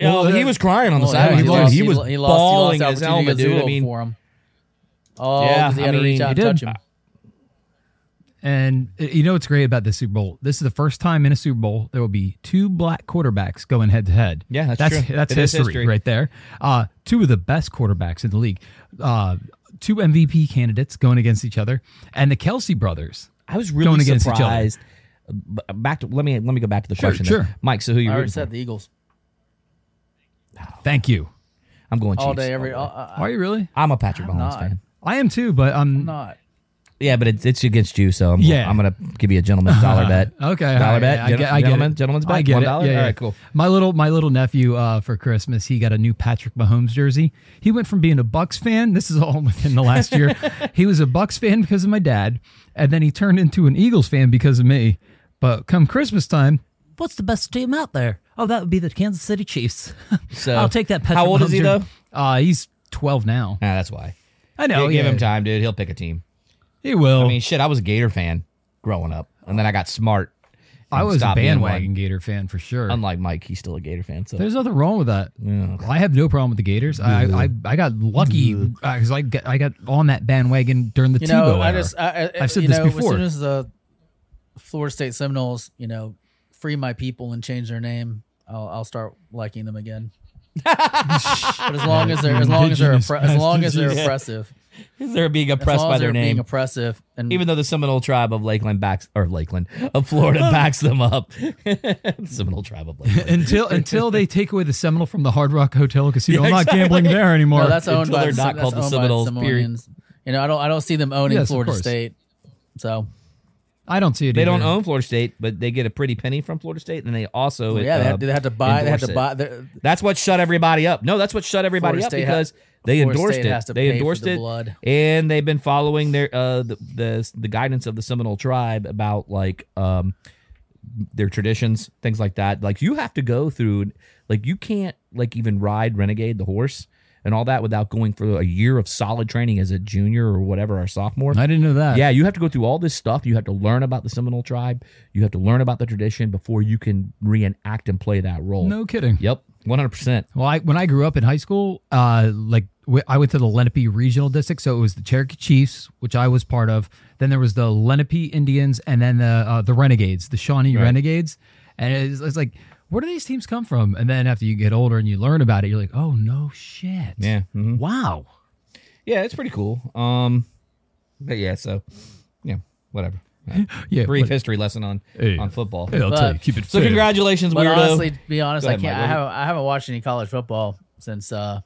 F: Yeah,
G: Well,
F: but
G: uh,
F: he was crying on the
E: Well, Oh, yeah,
F: sideline.
E: he,
F: dude.
E: lost,
F: he was
E: he lost,
F: bawling
E: he lost
F: his
E: the
F: helmet,
E: opportunity to get
F: dude.
E: the
F: I mean,
E: for him. Oh,
F: Yeah,
E: 'cause he
F: I
E: had to
F: mean,
E: reach out
F: he
E: and touch him.
G: And uh, you know what's great about this Super Bowl? This is the first time in a Super Bowl there will be two black quarterbacks going head to head.
F: Yeah, that's true.
G: That's
F: It is
G: history,
F: history.
G: right there. Uh, two of the best quarterbacks in the league, uh, two MVP candidates going against each other, and the Kelsey brothers.
F: I was really
G: Going against each other.
F: surprised. B- Back to let me let me go back to the
G: Sure,
F: question,
G: sure.
F: there. Mike. So who you
E: I
F: rooting
E: already
F: for?
E: said the Eagles
G: Thank you.
F: I'm going Chiefs. Oh,
E: all day, every. All, uh,
G: Are you really?
F: I'm a Patrick Mahomes
E: not.
F: fan.
G: I am too, but um, I'm
E: not.
F: Yeah, but it's, it's against you, so I'm,
G: Yeah. Uh-huh. Oh,
F: I'm gonna give you a gentleman's dollar bet.
G: Okay,
F: dollar
G: all right,
F: bet.
G: I get, I get
F: gentlemen,
G: it.
F: gentleman's bet.
G: I get
F: One
G: it.
F: dollar?
G: Yeah, yeah.
F: All right, cool.
G: My little my little nephew uh, for Christmas, he got a new Patrick Mahomes jersey. He went from being a Bucks fan. This is all within the last year. he was a Bucks fan because of my dad, and then he turned into an Eagles fan because of me. But come Christmas time, what's the best team out there? Oh, that would be the Kansas City Chiefs.
F: So
G: I'll take that. Patrick
F: How old is
G: Mahomes
F: he
G: jersey.
F: though?
G: Uh, he's twelve now.
F: Nah, that's why.
G: I know.
F: give
G: yeah. Oh.
F: him time, dude. He'll pick a team.
G: He will.
F: I mean, shit. I was a Gator fan growing up, and then I got smart.
G: I
F: and
G: was a
F: stopped being
G: bandwagon
F: one.
G: Gator fan for sure.
F: Unlike Mike, he's still a Gator fan. So
G: There's nothing wrong with that. I have no problem with the Gators. I, I I got lucky because I got I got on that bandwagon during the
E: You
G: Tebow
E: know,
G: era.
E: I just. I, I,
G: I've said
E: you
G: this
E: know,
G: before.
E: As soon as the Florida State Seminoles, you know, free my people and change their name, I'll, I'll start liking them again. but as long as they're as long as they're
G: Indigenous
E: oppre- as long as they're
G: masters.
E: oppressive,
F: they're being
E: as
F: oppressed
E: long
F: by
E: as
F: their
E: they're being
F: name.
E: oppressive, and
F: even though the Seminole tribe of Lakeland backs or Lakeland of Florida backs them up. Seminole tribe of Lakeland.
G: until until they take away the Seminole from the Hard Rock Hotel Casino,
F: Yeah,
G: I'm not gambling there anymore.
E: No, that's owned
F: until
E: by
F: they're not
E: that's
F: called the
E: owned by
F: Seminoles,
E: Samoans. You know, I don't I don't see them owning
G: Yes, of
E: Florida
G: course.
E: State. So
G: I don't see it.
F: They don't
G: either.
F: own Florida State, but they get a pretty penny from Florida State, and they also
E: yeah, they
F: uh,
E: had, they had to buy. They had
F: endorse
E: to
F: it.
E: buy. the-
F: That's what shut everybody up. No, that's what shut everybody
E: Florida
F: up
E: State ha-
F: because they
E: Florida
F: endorsed
E: State
F: it.
E: has to pay
F: They
E: for
F: endorsed
E: the
F: it,
E: blood.
F: and they've been following their uh the, the the guidance of the Seminole tribe about like um their traditions, things like that. Like you have to go through, like you can't like even ride Renegade the horse and all that without going through a year of solid training as a junior or whatever or sophomore.
G: I didn't know that.
F: Yeah, you have to go through all this stuff. You have to learn about the Seminole tribe. You have to learn about the tradition before you can reenact and play that role.
G: No kidding.
F: Yep, one hundred percent.
G: Well, I, when I grew up in high school, uh, like w- I went to the Lenape Regional District, so it was the Cherokee Chiefs, which I was part of. Then there was the Lenape Indians, and then the uh, the Renegades, the Shawnee Renegades. And it's, it's like, where do these teams come from? And then after you get older and you learn about it, you're like, oh no, shit.
F: Yeah, mhm.
G: Wow.
F: Yeah, it's pretty cool. Um, but yeah, so yeah, whatever.
G: Yeah.
F: Brief
G: but-
F: history lesson on
G: Hey.
F: on football.
G: Hey, I'll tell
E: But-
G: you, keep it.
F: So
G: fair.
F: congratulations,
E: But
F: weirdo.
E: honestly, to be honest,
F: Go
E: I
F: ahead,
E: can't. I
F: Mike.
E: haven't, I haven't watched any college football since uh,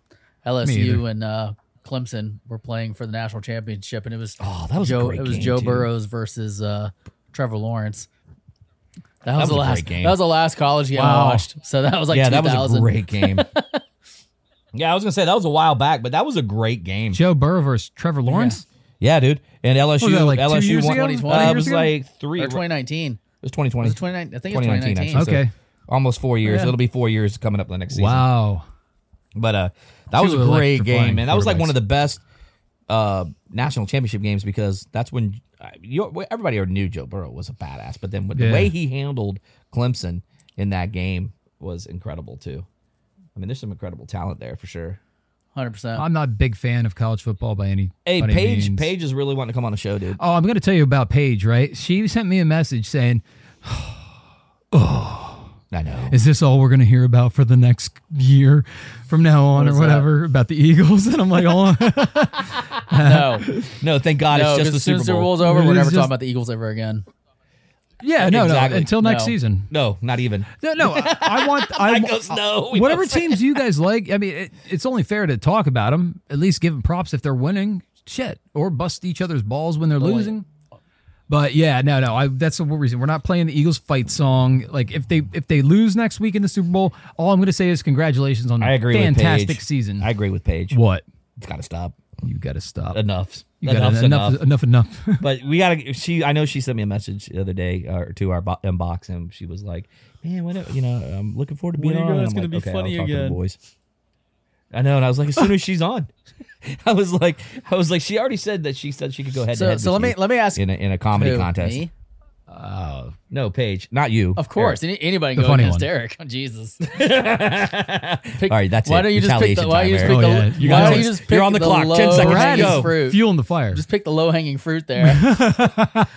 E: LSU and uh, Clemson were playing for the national championship, and it was
F: Oh, that was a
E: Joe.
F: great
E: it was
F: game,
E: Joe
F: too.
E: Burrows versus uh, Trevor Lawrence. That was,
F: was
E: the
F: a
E: last.
F: great game.
E: That was the last college game
G: Wow.
E: I watched. So that was like
F: yeah, that
E: 2000.
F: was a great game. yeah, I was gonna say that was a while back, but that was a great game.
G: Joe Burrow versus Trevor Lawrence.
F: Yeah, dude. And LSU,
G: What was that, like, two
F: LSU
G: years
F: won.
G: ago?
F: uh,
E: Twenty
F: it
E: years
F: was
G: ago?
F: like three.
E: Or
F: It
E: 2019.
F: was twenty
E: It
F: twenty.
E: was 29. I think it was
F: 2019,
E: 2019.
F: actually.
G: Okay.
F: Almost four years.
G: Yeah.
F: It'll be four years coming up the next season.
G: Wow.
F: But uh, that
G: Two
F: was a
G: electrifying
F: great game, man. That was like
G: quarterbacks.
F: one of the best uh, national championship games because that's when uh, you, everybody already knew Joe Burrow was a badass. But then with the
G: Yeah.
F: way he handled Clemson in that game was incredible too. I mean, there's some incredible talent there for sure.
E: 100. percent
G: I'm not a big fan of college football by any.
F: Hey,
G: by any
F: Paige,
G: means.
F: Paige is really wanting to come on the show, dude.
G: Oh, I'm going to tell you about Paige, right? She sent me a message saying,
F: I know.
G: Is this all we're going to hear about for the next year from now on or whatever about the Eagles? And I'm like, oh,
E: No,
F: No, thank God
E: no. Because
F: it's just the
E: as soon
F: Super
E: as the
F: Bowl.
E: Bowl over,
G: It
E: we're
G: is
E: never
G: just-
E: talking about the Eagles ever again.
G: yeah, no, no,
F: Exactly.
G: until next
E: No.
G: season.
F: No, not even.
G: No, no, I, I want, I,
F: Mike goes, no. We
G: uh, whatever
F: don't say-
G: teams you guys like. I mean, it, it's only fair to talk about them, at least give them props if they're winning, shit, or bust each other's balls when they're losing. But yeah, no, no, I, that's the reason we're not playing the Eagles fight song. Like if they if they lose next week in the Super Bowl, all I'm going to say is congratulations on
F: I agree
G: fantastic
F: with Paige.
G: season.
F: I agree with Paige.
G: what?
F: It's got to stop.
G: You got to stop.
F: Enough.
G: You gotta-
F: Enough's enough.
G: enough, enough.
F: But we gotta. She, I know she sent me a message the other day uh, to our bo- inbox, and she was like, "Man, when it- you know, I'm looking forward to being on." It's gonna be funny again, boys. I know, and I was like, as soon as she's on, I was like, I was like, she already said that she said she could go head to
E: So,
F: head.
E: so let me let me ask
F: in a, in a comedy
E: who,
F: contest.
E: me?
F: No, Paige, not you.
E: Of course, any, anybody can go
G: funny
E: against
G: one.
E: Eric. Oh, Jesus.
F: Eric. All right, that's
E: why
F: it.
E: don't you just pick the
F: Retaliation
E: why don't you just
F: time, Eric.
E: pick
G: Oh, yeah.
E: the
G: You
E: why
G: guys-
E: don't you just pick
F: you're on the clock. 10 seconds to
E: low-hanging
F: go.
E: Fruit.
G: Fueling the fire.
E: Just pick the low hanging fruit there.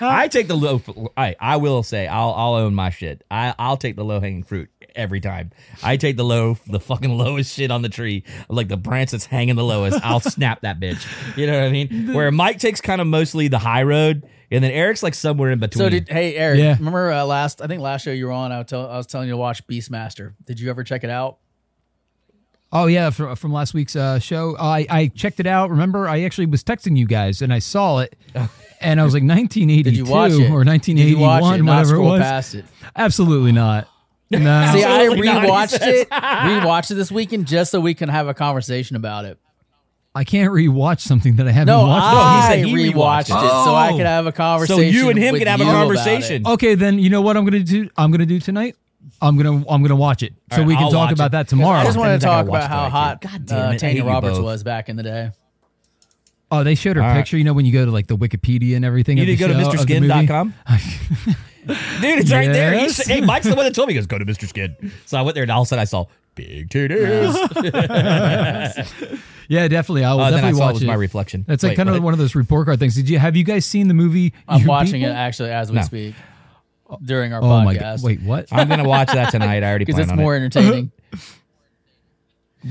F: I take the low. I I will say I'll I'll own my shit. I I'll take the low hanging fruit every time. I take the low, the fucking lowest shit on the tree, like the branch that's hanging the lowest. I'll snap that bitch. You know what I mean? Where Mike takes kind of mostly the high road, and then Eric's like somewhere in between.
E: so did hey Eric?
G: Yeah.
E: Remember uh, last? I think last show you were on. I was, tell, I was telling you to watch Beastmaster. Did you ever check it out?
G: oh yeah, from, from last week's uh, show, I I checked it out. Remember, I actually was texting you guys and I saw it, and I was like 1982
E: Did you watch it
G: or
E: Did you
G: 1981,
E: watch it? Not
G: whatever it
E: scroll
G: was.
E: past it.
G: Absolutely not. No.
E: See, I
F: Absolutely not, he
E: rewatched
F: says.
E: it. Rewatched it this weekend just so we can have a conversation about it.
G: I can't rewatch something that I haven't
E: No,
F: ah!
G: watched.
E: I
F: said he
E: rewatched
F: rewatched
E: it,
F: it.
E: so I
G: Oh.
E: could have a
F: so
E: conversation.
F: you and him
E: with
F: can have a
E: you about it. Oh,
F: conversation.
G: Okay, then you know what I'm gonna do. I'm gonna do tonight. I'm gonna I'm gonna watch it so
F: right,
G: we can
F: I'll
G: talk
F: watch
G: about
F: it.
G: that tomorrow.
E: I just
F: I
E: wanted
F: think
E: to
F: I
E: talk
F: watched
E: about how
F: that,
E: hot
F: dude. God damn it,
E: uh,
F: I hate
E: Tanya
F: you
E: Roberts
F: both.
E: was back in the day.
G: Oh, they showed her
F: All right.
G: picture. You know when you go to like the Wikipedia and everything.
F: You
G: of
F: need to go
G: the
F: to
G: show, of the movie?
F: MrSkin.com. Dude, it's right there. He
G: Yes.
F: said- hey, Mike's the one that told me. He goes, go to Mr. Skin. So I went there, and all of a sudden I saw big titties.
G: Yeah, definitely. I will
F: Uh, then I
G: definitely
F: saw it
G: watch
F: was my reflection.
G: That's like
F: Wait,
G: kind of
F: what?
G: one of those report card things. Did you have you guys seen the movie?
E: I'm
G: Your
E: watching
G: People?
E: it actually as we
F: No.
E: speak during our
G: Oh
E: podcast.
G: my god! Wait, what?
F: I'm gonna watch that tonight. I already
E: because
F: planned
E: it's
F: on
E: more
F: it.
E: entertaining.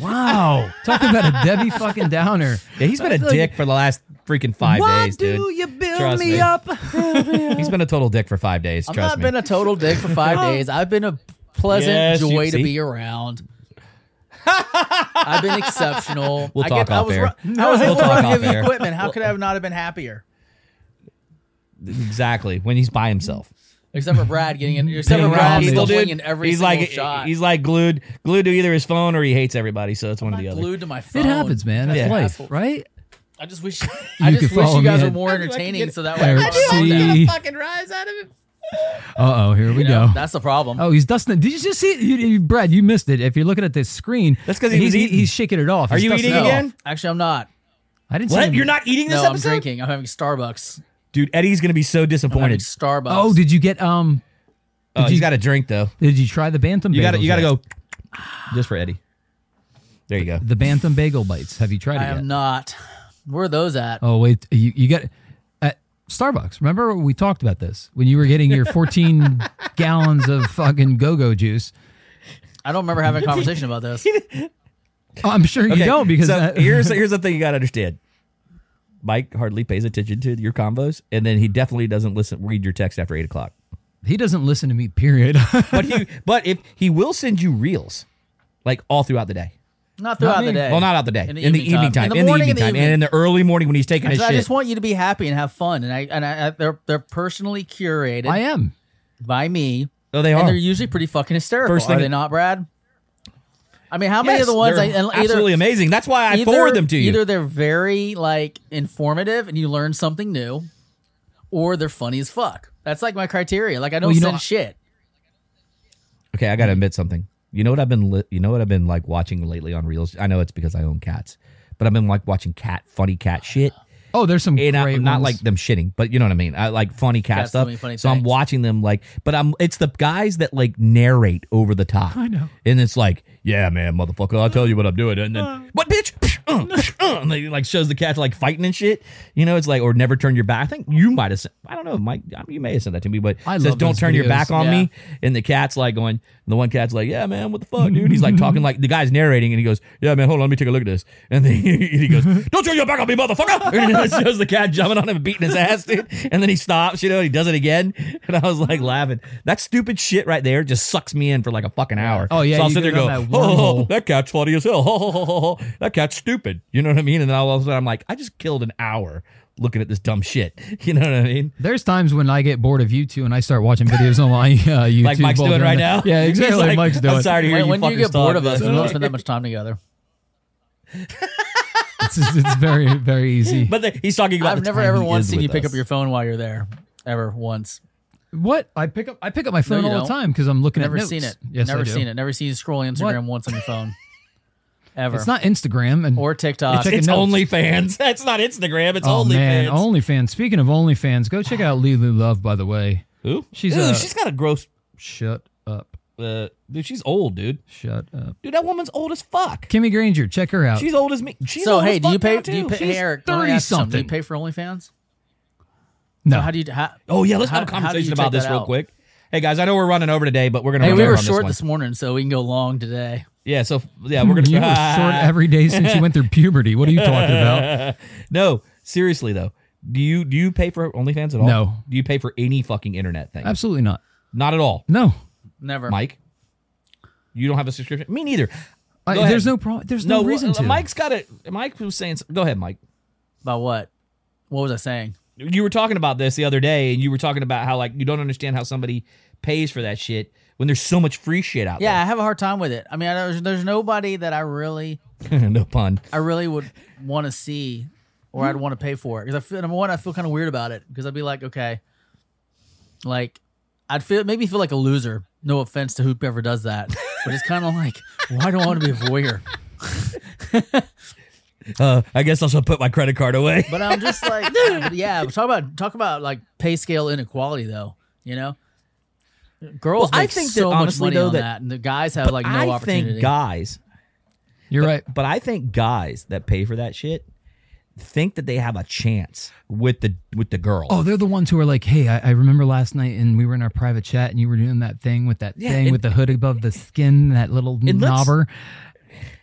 G: Wow! Talking about a Debbie fucking Downer.
F: Yeah, he's been a
G: Like,
F: dick for the last freaking five
G: Why
F: days, dude.
G: do you build
F: Trust
G: me,
F: me.
G: up?
F: He's been a total dick for five days.
E: I've
F: trust
E: not
F: me.
E: been a total dick for five days. I've been a pleasant
F: Yes, you-
E: joy to
F: see?
E: be around. I've been exceptional.
F: We'll
E: I
F: talk
E: I
F: off
E: was,
F: air.
E: ru- I was
F: We'll
E: able to
F: talk
E: run
F: off
E: heavy
F: air.
E: equipment. How could I have not have been happier?
F: Exactly. When he's by himself.
E: Except for Brad getting in. Except for
F: He's
E: Brad
F: awful,
E: still
F: dude.
E: swinging every
F: he's
E: single
F: like
E: shot.
F: he's like glued glued to either his phone or he hates everybody, so it's one or
E: I'm
F: the other.
E: glued to my phone.
G: It happens, man. That's
F: Oh, Yeah.
G: life,
E: Assholes.
G: right?
E: I just wish. I
G: You
E: just
G: could
E: wish
G: follow
E: you
G: me
E: guys
G: in.
E: were more
F: do I can
E: entertaining,
F: get-
E: so that way.
G: Eric C.
E: everyone knows that.
F: fucking rise out of him.
G: Uh oh, here we
E: You know,
G: go.
E: That's the problem.
G: Oh, he's dusting. Did you just see it? You, you, Brad, you missed it. If you're looking at this screen,
F: That's 'cause he was eating.
G: he's shaking it off.
F: Are
G: He's
F: you
G: dusting
F: eating
G: it off.
F: again?
E: Actually, I'm not.
G: I didn't. see
F: What?
G: him.
F: You're not eating this
E: No, I'm
F: episode?
E: drinking. I'm having Starbucks.
F: Dude, Eddie's gonna be
E: I'm
F: so
E: having
F: disappointed.
E: Starbucks.
G: Oh, did you get um?
F: Oh,
G: you-
F: he's got a drink though.
G: Did you try the bantam?
F: You gotta
G: bagels
F: you gotta
G: yet?
F: go just for Eddie. There you go.
G: The bantam bagel bites. Have you tried
E: I
G: it yet?
E: am not. Where are those at?
G: Oh wait, you you got at Starbucks. Remember we talked about this when you were getting your 14 gallons of fucking go-go juice.
E: I don't remember having a conversation about this.
G: Oh, I'm sure you
F: Okay,
G: don't because
F: so
G: that-
F: here's here's the thing you gotta understand. Mike hardly pays attention to your combos, and then he definitely doesn't listen read your text after eight o'clock.
G: he doesn't listen to me. Period.
F: But he but if he will send you reels, like all throughout the day.
E: Not throughout
G: me.
E: the day.
F: Well, not out the day. In the, evening, time.
E: In the morning, in the
F: time.
E: evening.
F: And in the early morning when he's taking his
E: So I
F: shit.
E: just want you to be happy and have fun, and I and I, I they're they're personally curated
G: I am.
E: by me,
F: oh, they
E: and
F: are.
E: they're usually pretty fucking hysterical.
F: First thing-
E: are they not, Brad? I mean, how many
F: Yes,
E: of the ones
F: they're
E: I and either
F: absolutely amazing. That's why I
E: either-
F: forward them to you.
E: Either they're very like informative and you learn something new, or they're funny as fuck. That's like my criteria. Like I don't
G: Well, you know,
E: send
G: I-
E: shit.
F: okay, I gotta admit something. You know what I've been li- you know what I've been like watching lately on Reels? I know it's because I own cats, but I've been like watching cat funny cat shit.
G: Oh, there's some
F: And
G: great
F: I'm
G: ones.
F: not like them shitting, but you know what I mean. I like funny cat
E: Cats
F: stuff.
E: doing funny
F: so I'm
E: things.
F: watching them like, but I'm it's the guys that like narrate over the top. I
G: know.
F: and it's like, yeah, man, motherfucker, I'll tell you what I'm doing, and then what, bitch? Uh, uh, and they, like shows the cat like fighting and shit. You know, it's like or never turn your back. I think you might have. sent- I don't know, Mike. I mean, you may have sent that to me, but
G: I
F: it says
G: love
F: don't
G: those
F: turn your
G: videos.
F: back on
E: Yeah.
F: me. And the cat's like going. And the one cat's like, yeah, man, what the fuck, dude? He's like talking like the guy's narrating, and he goes, yeah, man, hold on, let me take a look at this. And then he goes, don't turn your back on me, motherfucker. And it shows the cat jumping on him and beating his ass, dude. And then he stops, you know, and he does it again. And I was like laughing. That stupid shit right there just sucks me in for like a fucking hour.
G: Oh, yeah,
F: so I'll
G: you
F: sit there
G: go
F: and
G: down
F: go,
G: that
F: oh,
G: wormhole."
F: that cat's funny as hell. Ho, ho, ho, ho, ho. That cat's stupid. You know what I mean? And then all of a sudden I'm like, I just killed an hour looking at this dumb shit. You know what I mean?
G: There's times when I get bored of you two and I start watching videos on my uh, YouTube.
F: Like Mike's
G: while
F: doing
G: they're
F: right
G: on there.
F: now.
G: Yeah,
F: He's
G: exactly.
F: like,
G: like Mike's doing.
F: I'm sorry to hear
E: When, when
F: you
E: do you
F: fuckers
E: get bored
F: talk.
E: of us? We don't spend that much time together.
G: It's, just- it's very, very easy.
F: But the, he's talking about.
E: I've
F: the
E: never
F: time
E: ever
F: he
E: once
F: is
E: seen you
F: with
E: pick
F: us.
E: up your phone while you're there. Ever once.
G: what? I pick up I pick up my phone
E: you
G: all the
E: don't.
G: time because I'm looking
E: Never
G: at notes.
E: seen it.
G: Yes,
E: Never
G: I do.
E: seen it. Never seen you scroll Instagram once on your phone. Ever.
G: It's not Instagram and
E: or TikTok.
G: It's-
F: It's
G: notes.
F: OnlyFans. That's not Instagram. It's
G: Oh man,
F: OnlyFans.
G: OnlyFans. Speaking of OnlyFans, go check out Lulu Love. By the way,
F: Who?
G: She's,
F: Ooh,
G: uh,
F: she's got a gross.
G: shut up,
F: Uh, dude, she's old, dude.
G: shut up.
F: Dude, that woman's old as fuck.
G: Kimmy Granger, check her out.
F: She's old as me. She's
E: so
F: old
E: hey,
F: as
E: do you
F: fuck
E: pay?
F: now,
E: Do you
F: too.
E: pay?
F: She's
E: Hey, Eric, let me
G: 30
E: ask you something. Do
G: something.
E: you pay for OnlyFans?
G: no,
E: So how do you? How,
F: Oh yeah, let's
E: How-
F: have a
E: how do you
F: conversation
E: check
F: about
E: that
F: this real
E: out?
F: quick. Hey guys, I know we're running over today, but we're gonna.
E: hey,
F: run
E: we
F: over
E: were
F: on
E: short
F: this,
E: this,
F: one.
E: morning, so we can go long today.
F: Yeah, so yeah, we're gonna.
G: you were short every day since you went through puberty. What are you talking about?
F: no, seriously though, do you do you pay for OnlyFans at all?
G: No.
F: Do you pay for any fucking internet
E: Uh,
F: thing?
G: Absolutely not.
F: Not at all,
G: No,
E: Never.
F: Mike. You don't have a subscription. Me neither.
G: I,
F: Go ahead.
G: there's no pro- There's no,
F: No,
G: reason
F: well,
G: to.
F: uh, Mike's got it. Mike was saying. some- Go ahead, Mike.
E: About what? What was I saying?
F: you were talking about this the other day and you were talking about how like you don't understand how somebody pays for that shit when there's so much free shit out
E: Yeah, I have a hard time with it. I mean, I, there's, there's nobody that I really,
F: there. no pun.
E: I really would want to see, or I'd want to pay for because I feel number one, I feel kind of weird about it because I'd be like, okay, like I'd feel maybe feel like a loser. No offense to whoever does that, but it's kind of like, why do I want to be a voyeur?
F: Uh, I guess I should put my credit card away.
E: But I'm just like, but yeah. But talk about talk about like pay scale inequality, though. You know, girls
F: Well, I
E: make
F: think that
E: so much
F: honestly,
E: money
F: though,
E: on
F: that-
E: that, and the guys have like no
F: I
E: opportunity.
F: think guys,
G: You're right.
F: but I think guys that pay for that shit think that they have a chance with the with the girl.
G: Oh, they're the ones who are like, "Hey, I, I remember last night, and we were in our private chat, and you were doing that thing with that
F: Yeah,
G: thing
F: and-
G: with the hood above the skin, that little
F: And let's-
G: knobber."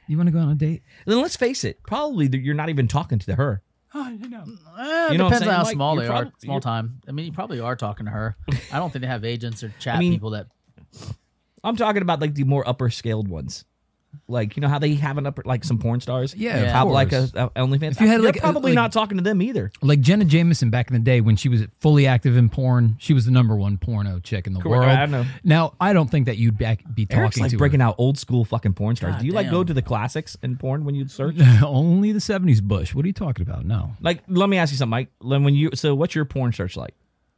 G: You want to go on a date?
F: then let's face it, probably that you're not even talking to her.
E: Eh,
F: You know what I'm
E: depends on
F: saying,
E: how
F: Mike?
E: small
F: You're
E: they are.
F: prob-
E: Small
F: you're-
E: time. I mean, you probably are talking to her. I don't think they have agents or chat
F: mean-
E: people that. oh,
F: I'm talking about like the more upper scaled ones.
H: like you know how they have an upper like some porn stars.
G: Yeah, of
H: have like a,
G: course.
H: a OnlyFans.
G: If you had,
H: They're
G: like, a-
H: probably
G: like-
H: not talking to them either.
G: Like Jenna Jameson back in the day when she was fully active in porn, she was the number one porno chick in the
H: Correct,
G: world.
H: I know.
G: Now I don't think that you'd back, be talking
H: Eric's like
G: to
H: breaking out old school fucking porn stars.
E: God
H: Do you like go
E: damn.
H: to the classics in porn when you search?
G: her. only the '70s Bush. What are you talking about? No,
H: like, let me ask you something, Mike. Like, When you so, what's your porn search like?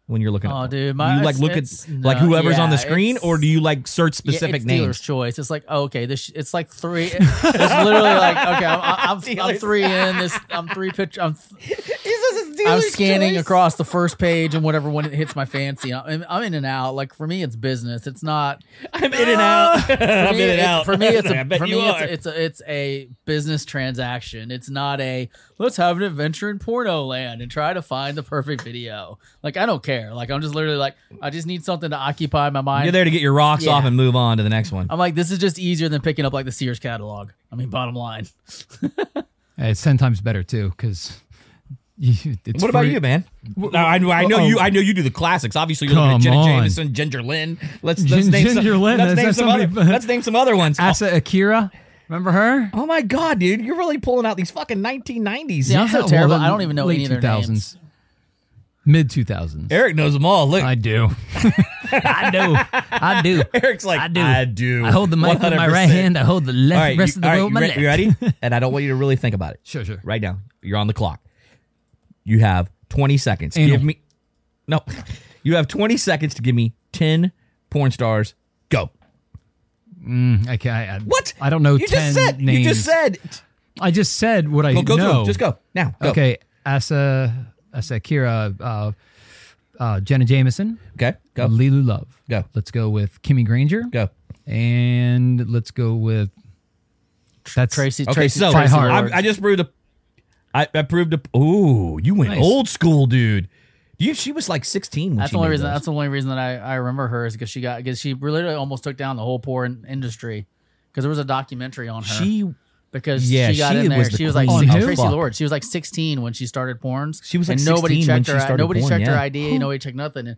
H: When you're looking, at
E: Oh,
H: porn?
E: dude,
H: Do
E: my-
H: you like
E: it's-
H: look at
E: it's-
H: like
E: no,
H: whoever's on the
E: yeah,
H: screen, or
E: it's-
H: do you like search
E: yeah,
H: specific
E: it's Dealer's
H: names?
E: choice. It's like oh, okay, this it's like three. It's literally like okay, I'm, I'm, I'm
H: Dealer's-
E: three in this. I'm three picture. I'm
H: This is
E: I'm
H: dealer's
E: scanning
H: choice.
E: across the first page and whatever when it hits my fancy. I'm, I'm in and out. Like for me, it's business. It's not.
H: I'm in and out.
E: For
H: I'm
E: me,
H: in and
E: it's-
H: out.
E: For me, it's
H: I
E: a,
H: bet
E: for
H: you
E: me it's,
H: are.
E: a, it's a it's a business transaction. It's not a let's have an adventure in porno land and try to find the perfect video. Like I don't care. Like I'm just literally like I just need something to occupy my mind.
H: You're there to get your rocks
E: Yeah.
H: off and move on to the next one.
E: I'm like this is just easier than picking up like the Sears catalog. I mean, bottom line.
G: Uh, it's ten times better too because. It's
H: what about
G: free-
H: you, man? No, I, I know
G: oh.
H: you. I know you do the classics. Obviously, you're looking at
G: Come
H: Jenna
G: on.
H: Jameson, Ginger Lynn. Let's, let's
G: Gin-
H: name
G: Ginger
H: some,
G: Lynn,
H: Let's
G: that's
H: name
G: not
H: some other.
G: somebody-
H: Let's name some other ones.
G: Asa Akira? Remember her?
H: Oh my god, dude! You're really pulling out these fucking 1990s.
E: Yeah, I'm so
G: well,
E: terrible. I
G: the
E: don't even know
G: late
E: any of their
G: 2000s.
E: names.
G: Mid two thousands.
H: Eric knows them all. Look,
G: I do. I do. I do.
H: Eric's like, I
G: I
H: do.
G: do.
H: I do.
G: I hold the mic with my
H: 100%.
G: right hand. I hold the left
H: All right,
G: rest
H: you,
G: of the
H: all right,
G: world with my
H: you,
G: left.
H: re- you ready? and I don't want you to really think about it.
G: Sure, sure.
H: Right now, you're on the clock. You have 20 seconds.
G: Anal.
H: Give me. No, you have 20 seconds to give me 10 porn stars. Go.
G: Okay. I, I-
H: What?
G: I don't know.
H: You
G: ten
H: just said.
G: Names.
H: You just said. Oh,
G: I just said what I
H: Go, go
G: know.
H: through. Just go now. Go.
G: Okay. Asa, Asa Akira, uh, uh, Jenna Jameson,
H: Okay. Go.
G: Lulu Love.
H: Go.
G: Let's go with Kimmy Granger.
H: Go.
G: And let's go with. That's
E: Tracy.
H: Okay.
E: Tracy
H: so
E: Tracy
G: hard.
E: Lords.
H: I, I just proved a. I, I proved a. Ooh, you went
G: Nice.
H: old school, dude. You, she was like 16 when
E: That's
H: she
E: the only
H: made
E: reason.
H: those.
E: That's the only reason that I, I remember her is because she got because she literally almost took down the whole porn industry because there was a documentary on her.
H: she
E: because
H: Yeah,
E: she got
H: she
E: in there.
H: was the
E: she was like
H: queen
E: six-
G: of
E: Tracy
H: fuck.
E: Lord. She was like 16 when she started porns.
H: She was, like,
E: and nobody
H: 16
E: checked
H: when she
E: her.
H: started
E: nobody
H: porn,
E: checked her
H: yeah.
E: ID. Nobody checked nothing. And,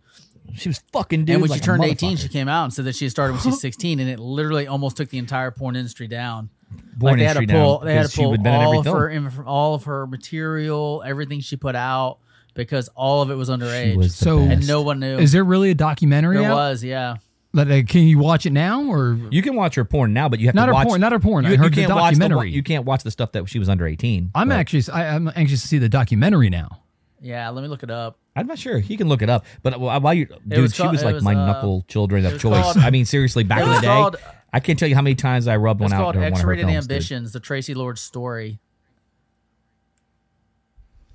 H: she was fucking dude.
E: and when
H: like
E: she
H: a
E: turned 18,
H: motherfucker.
E: she came out and said that she started when she was 16, and it literally almost took the entire porn industry down.
H: Born
E: like they had to
H: history now,
E: pull. They had
H: because
E: to
H: she
E: pull
H: would've been in
E: all
H: every
E: of
H: film.
E: her inf- all of her material, everything she put out, because all of it was underage.
H: was the
G: So-
H: best.
E: and no one knew.
G: Is there really a documentary
E: there
G: out?
E: was, yeah.
G: Like, uh, can you watch it now or
H: You can watch her porn now, but you have
G: Not
H: to
G: her
H: watch
G: porn, not her porn. I heard the
H: can't watch the one-
G: documentary.
H: you can't watch the stuff that she was under eighteen.
G: I'm
H: but
G: anxious. I, I'm anxious to see the documentary now.
E: Yeah, let me look it up.
H: I'm not sure. You can look it up. But uh, wh- while you, dude,
E: was
H: she
E: called-
H: was
E: it
H: like
E: was,
H: my
E: uh,
H: knuckle children of
E: was
H: choice.
E: called-
H: I mean, seriously, back
E: it
H: in the
E: was
H: day,
E: called-
H: I can't tell you how many times I rubbed one
E: It's
H: out
E: called
H: during one of her
E: X-rated
H: films. dude.
E: ambitions, the Tracy Lord story.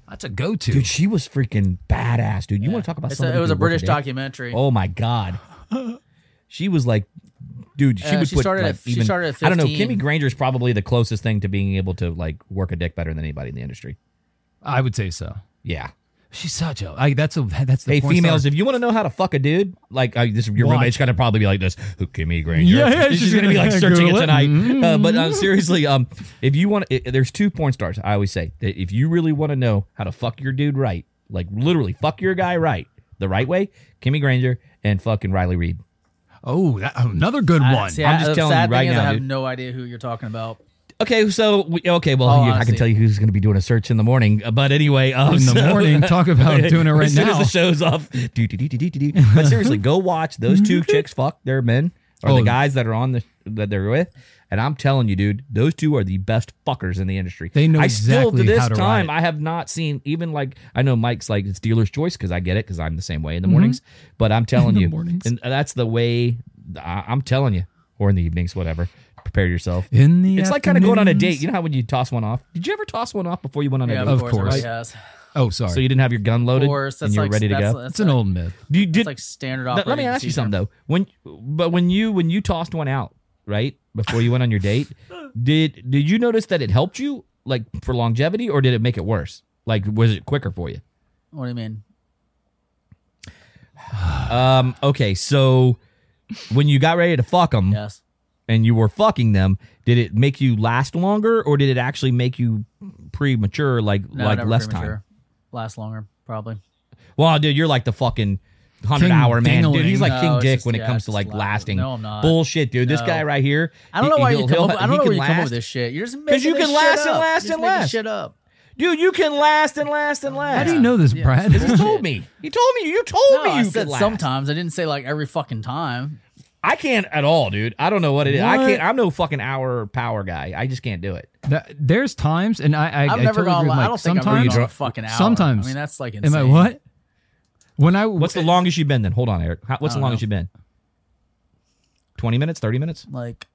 G: That's a go-to.
H: Dude, she was freaking badass, dude. You want to talk about
E: It's
H: somebody
E: a, it was a
H: who looked
E: British
H: dick?
E: documentary.
H: Oh my god, she was like, dude. She
E: Uh,
H: would
E: she
H: put
E: started at-
H: like
E: she
H: even-
E: started at
H: I don't know.
E: 15.
H: Kimmy Granger is probably the closest thing to being able to like work a dick better than anybody in the industry.
G: I would say so.
H: Yeah.
G: She's such a. I, that's a. That's the.
H: Hey,
G: porn
H: females,
G: star.
H: if you want to know how to fuck a dude, like uh, this, your
G: Watch.
H: roommate's gonna probably be like this. Who, Kimmy Granger?
G: Yeah, yeah,
H: she's,
G: she's
H: gonna, be
G: gonna
H: like searching it
G: Google it.
H: tonight. Uh, but uh, seriously, um, if you want, i there's two porn stars. I always say that if you really want to know how to fuck your dude right, like literally fuck your guy right, the right way, Kimmy Granger and fucking Riley Reed.
G: Oh, that, another good
E: I-
G: one.
E: see,
H: I'm
E: I-
H: just
E: the
H: telling you
E: sad thing
H: right
E: is
H: now,
E: I have
H: dude.
E: no idea who you're talking about.
H: Okay, so we, okay, well,
E: Oh,
H: you, I can
E: honestly.
H: tell you who's going to be doing a search in the morning. Uh, But anyway, um,
G: in the
H: so-
G: morning, talk about doing it right
H: as soon
G: now.
H: as the show's off. Do, do, do, do, do, do, do. But seriously, go watch those two chicks fuck their men or the
G: Oh.
H: guys that are on the that they're with. And I'm telling you, dude, those two are the best fuckers in the industry.
G: They know
H: I still to
G: exactly
H: this
G: how to ride
H: time
G: it.
H: I have not seen even like I know Mike's like it's dealer's choice because I get it because I'm the same way in
F: Mm-hmm.
H: the mornings. But I'm telling
G: the
H: you,
G: mornings.
H: and that's the way I, I'm telling you, or in the evenings, whatever. Prepare yourself.
G: In the
H: It's like kind of going on a date.
G: afternoons.
H: You know how when you toss one off? Did you ever toss one off before you went on a
E: Yeah,
H: date?
G: Of
E: of course, everybody
G: course.
E: has.
G: Oh, sorry.
H: So you didn't have your gun loaded
E: Of course,
H: and
E: that's
H: you were
E: like
H: ready to
E: that's,
H: go.
E: That's,
G: it's an
E: like-
G: old myth.
H: you did.
E: It's like standard
H: let,
E: operating.
H: let me ask you
E: procedure.
H: something though. When, but when you when you tossed one out, right before you went on your date, did did you notice that it helped you like for longevity, or did it make it worse? Like, was it quicker for you?
E: What do you mean?
H: Um. Okay. So when you got ready to fuck them
E: Yes.
H: and you were fucking them, did it make you last longer, or did it actually make you premature, like
E: No,
H: like
E: never
H: less time?
E: premature. Last longer, probably.
H: Well, dude, you're like the fucking hundred
G: King
H: hour man, dude. He's
G: Ding-a-ling.
E: No,
H: like King
E: it's
H: Dick
E: just-
H: when it
E: yeah,
H: comes
E: it's
H: to
E: just
H: like
E: loud.
H: lasting.
E: No, I'm not.
H: Bullshit, dude. This
E: No.
H: guy right here.
E: I don't know
H: he-
E: why you
H: he'll-
E: come
H: he'll-
E: up. I don't
H: he
E: know
H: can
E: where you come up
H: last.
E: with this shit. You're just
H: 'Cause
E: because
H: you can last and last and last.
E: Shit up.
H: dude. You can last and last and last.
G: How do you know this,
E: Yeah.
G: Brad?
E: This
H: He
E: is-
H: told me. He told me. You told
E: No,
H: me you
E: I
H: could
E: said
H: last.
E: sometimes. I didn't say like every fucking time.
H: I can't at all, dude. I don't know what it is. I
G: What?
H: can't. I'm no fucking hour power guy. I just can't do it.
G: That- there's times, and I, I
E: I've
G: I
E: never
G: totally agree with
E: gone. li- I
G: Mike.
E: don't think I've
G: sometimes,
E: ever gone a fucking hour.
G: Sometimes.
E: I mean, that's like
G: am
E: insane.
G: I what? When I
H: What's the longest you've been then? Hold on, Eric. How, what's the longest you've been? Twenty minutes? Thirty minutes?
E: Like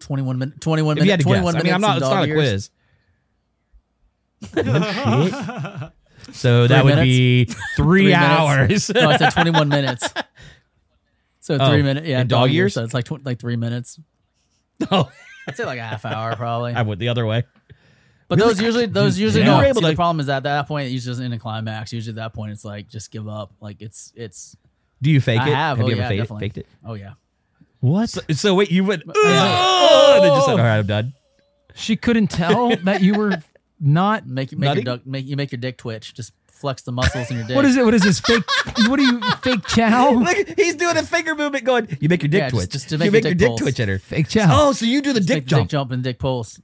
E: twenty one minutes. Twenty one
H: If you had
E: minutes.
H: to guess,
E: Twenty
H: I
E: one
H: mean,
E: minutes.
H: I'm not.
E: in
H: It's not
E: dog
H: a
E: years.
H: quiz. Oh, shit. So that would be three,
E: Three minutes.
H: hours.
E: no, I said twenty one minutes. So three
H: Oh,
E: minutes. Yeah,
H: in dog
E: years,
H: years?
E: So it's like tw- like three minutes.
H: oh,
E: I'd say like a half hour probably.
H: I went the other way.
E: But those usually those usually
H: Yeah.
E: don't.
H: We're able
E: See,
H: to-
E: the problem is that at that point it usually doesn't end in climax. Usually at that point it's like just give up. Like it's it's.
H: Do you fake
E: I
H: it?
E: have. oh,
H: you
E: yeah,
H: ever faked it?
E: definitely.
H: faked it?
E: Oh yeah.
G: what
H: So wait, you went. Oh, and then just said, "All right, I'm done."
G: she couldn't tell that you were not.
E: Make make
H: Nutty?
E: your duck, make you make your dick twitch. Just flex the muscles in your dick.
G: What is it? What is this fake? What are you fake chow?
H: Look, he's doing a finger movement, going, "You make your dick
E: Yeah, just-
H: twitch.
E: just to
H: you
E: make your
H: make your
E: dick
H: dick
E: pulse.
H: twitch at her."
G: Fake chow.
H: Oh, so you do the
E: Make
H: dick
E: the
H: jump.
E: dick jump and dick pulse.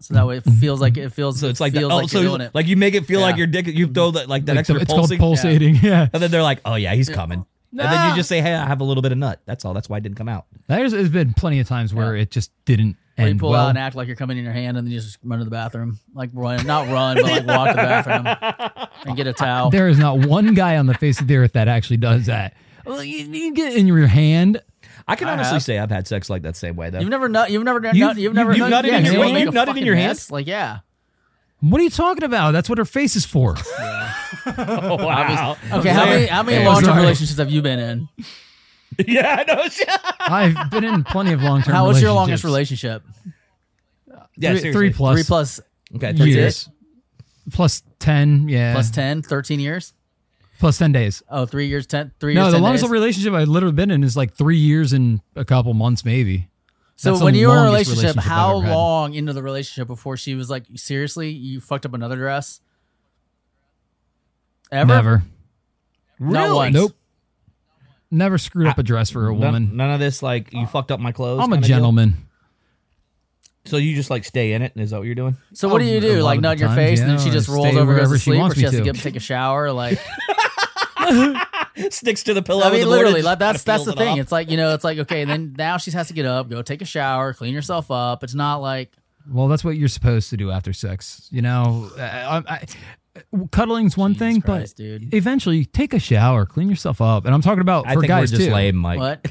E: So that way it feels like it feels.
H: So it's like
E: feels
H: the, oh,
E: like
H: so
E: you're doing it.
H: like you make it feel like
E: Yeah.
H: your dick. You throw that like that
G: Like the-
H: extra
G: it's
H: pulsing,
G: called pulsating. Yeah.
H: and then they're like, "Oh yeah, he's coming." And then you just say, "Hey, I have a little bit of nut." That's all. That's why it didn't come out.
G: There's, there's been plenty of times where it just didn't
E: Where you
G: end
E: pull
G: well.
E: out and act like you're coming in your hand, and then you just run to the bathroom, like run, not run, but like walk to the bathroom and get a towel.
G: There is not one guy on the face of the earth that actually does that. Well, You, you get it in your hand.
H: I can
E: I
H: honestly
E: have.
H: say I've had sex like that same way though.
E: You've never nut. You've never done.
H: You've-
E: nut- You've never.
H: you've nutted
E: yeah,
H: in
E: you
H: your
E: wanna make
H: hand? You've
E: a
H: nutted in
E: fucking
H: your hand?
E: mess? Like yeah.
G: What are you talking about? That's what her face is for.
H: oh, wow.
E: Okay. How many how many
G: Hey,
E: long term
G: sorry.
E: relationships have you been in?
H: yeah, I know.
G: I've been in plenty of long term.
E: How what's your longest relationship?
H: yeah,
G: three, three
H: seriously.
G: plus
E: Three plus
H: Okay, that's it.
G: years, plus ten. Yeah,
E: plus 10, 13 years.
G: plus ten days.
E: Oh, three years, ten, three
G: No,
E: years.
G: the
E: 10
G: longest
E: days.
G: relationship I've literally been in is like three years and a couple months, maybe. That's
E: So
G: the
E: when you were in a
G: longest
E: relationship,
G: relationship I've
E: how
G: ever had.
E: long into the relationship before she was like, seriously, you fucked up another dress? Ever?
G: Never,
E: Not once.
G: nope, never screwed
H: Ah,
G: up a dress for a
H: None,
G: woman.
H: none of this like you fucked up my clothes.
G: I'm a
H: kinda deal?
G: gentleman.
H: So you just like stay in it, and is that what you're doing?
E: So what do
G: Oh,
E: you
G: a
E: do?
G: lot
E: Like
G: of
E: nut
G: the
E: in your
G: times,
E: face,
G: yeah,
E: and then she
G: or
E: just
G: stay
E: rolls over, goes
G: wherever
E: to
G: she
E: sleep, or
G: wants
E: she
G: me
E: has to
G: to.
E: get take a shower. Like
H: Sticks to the pillow.
E: I
H: in
E: mean,
H: the morning,
E: literally,
H: just
E: like,
H: kinda
E: that's that's
H: peels
E: the
H: it
E: thing.
H: off.
E: It's like you know, it's like okay, then now she has to get up, go take a shower, clean yourself up. It's not like
G: Well, that's what you're supposed to do after sex. You know, Uh, I, I, I- cuddling's one
E: Jesus
G: thing,
E: Christ,
G: but
E: dude.
G: eventually take a shower, clean yourself up, and I'm talking about
H: I
G: for
H: think
G: guys
H: we're just
G: too.
H: lame, Mike.
E: what.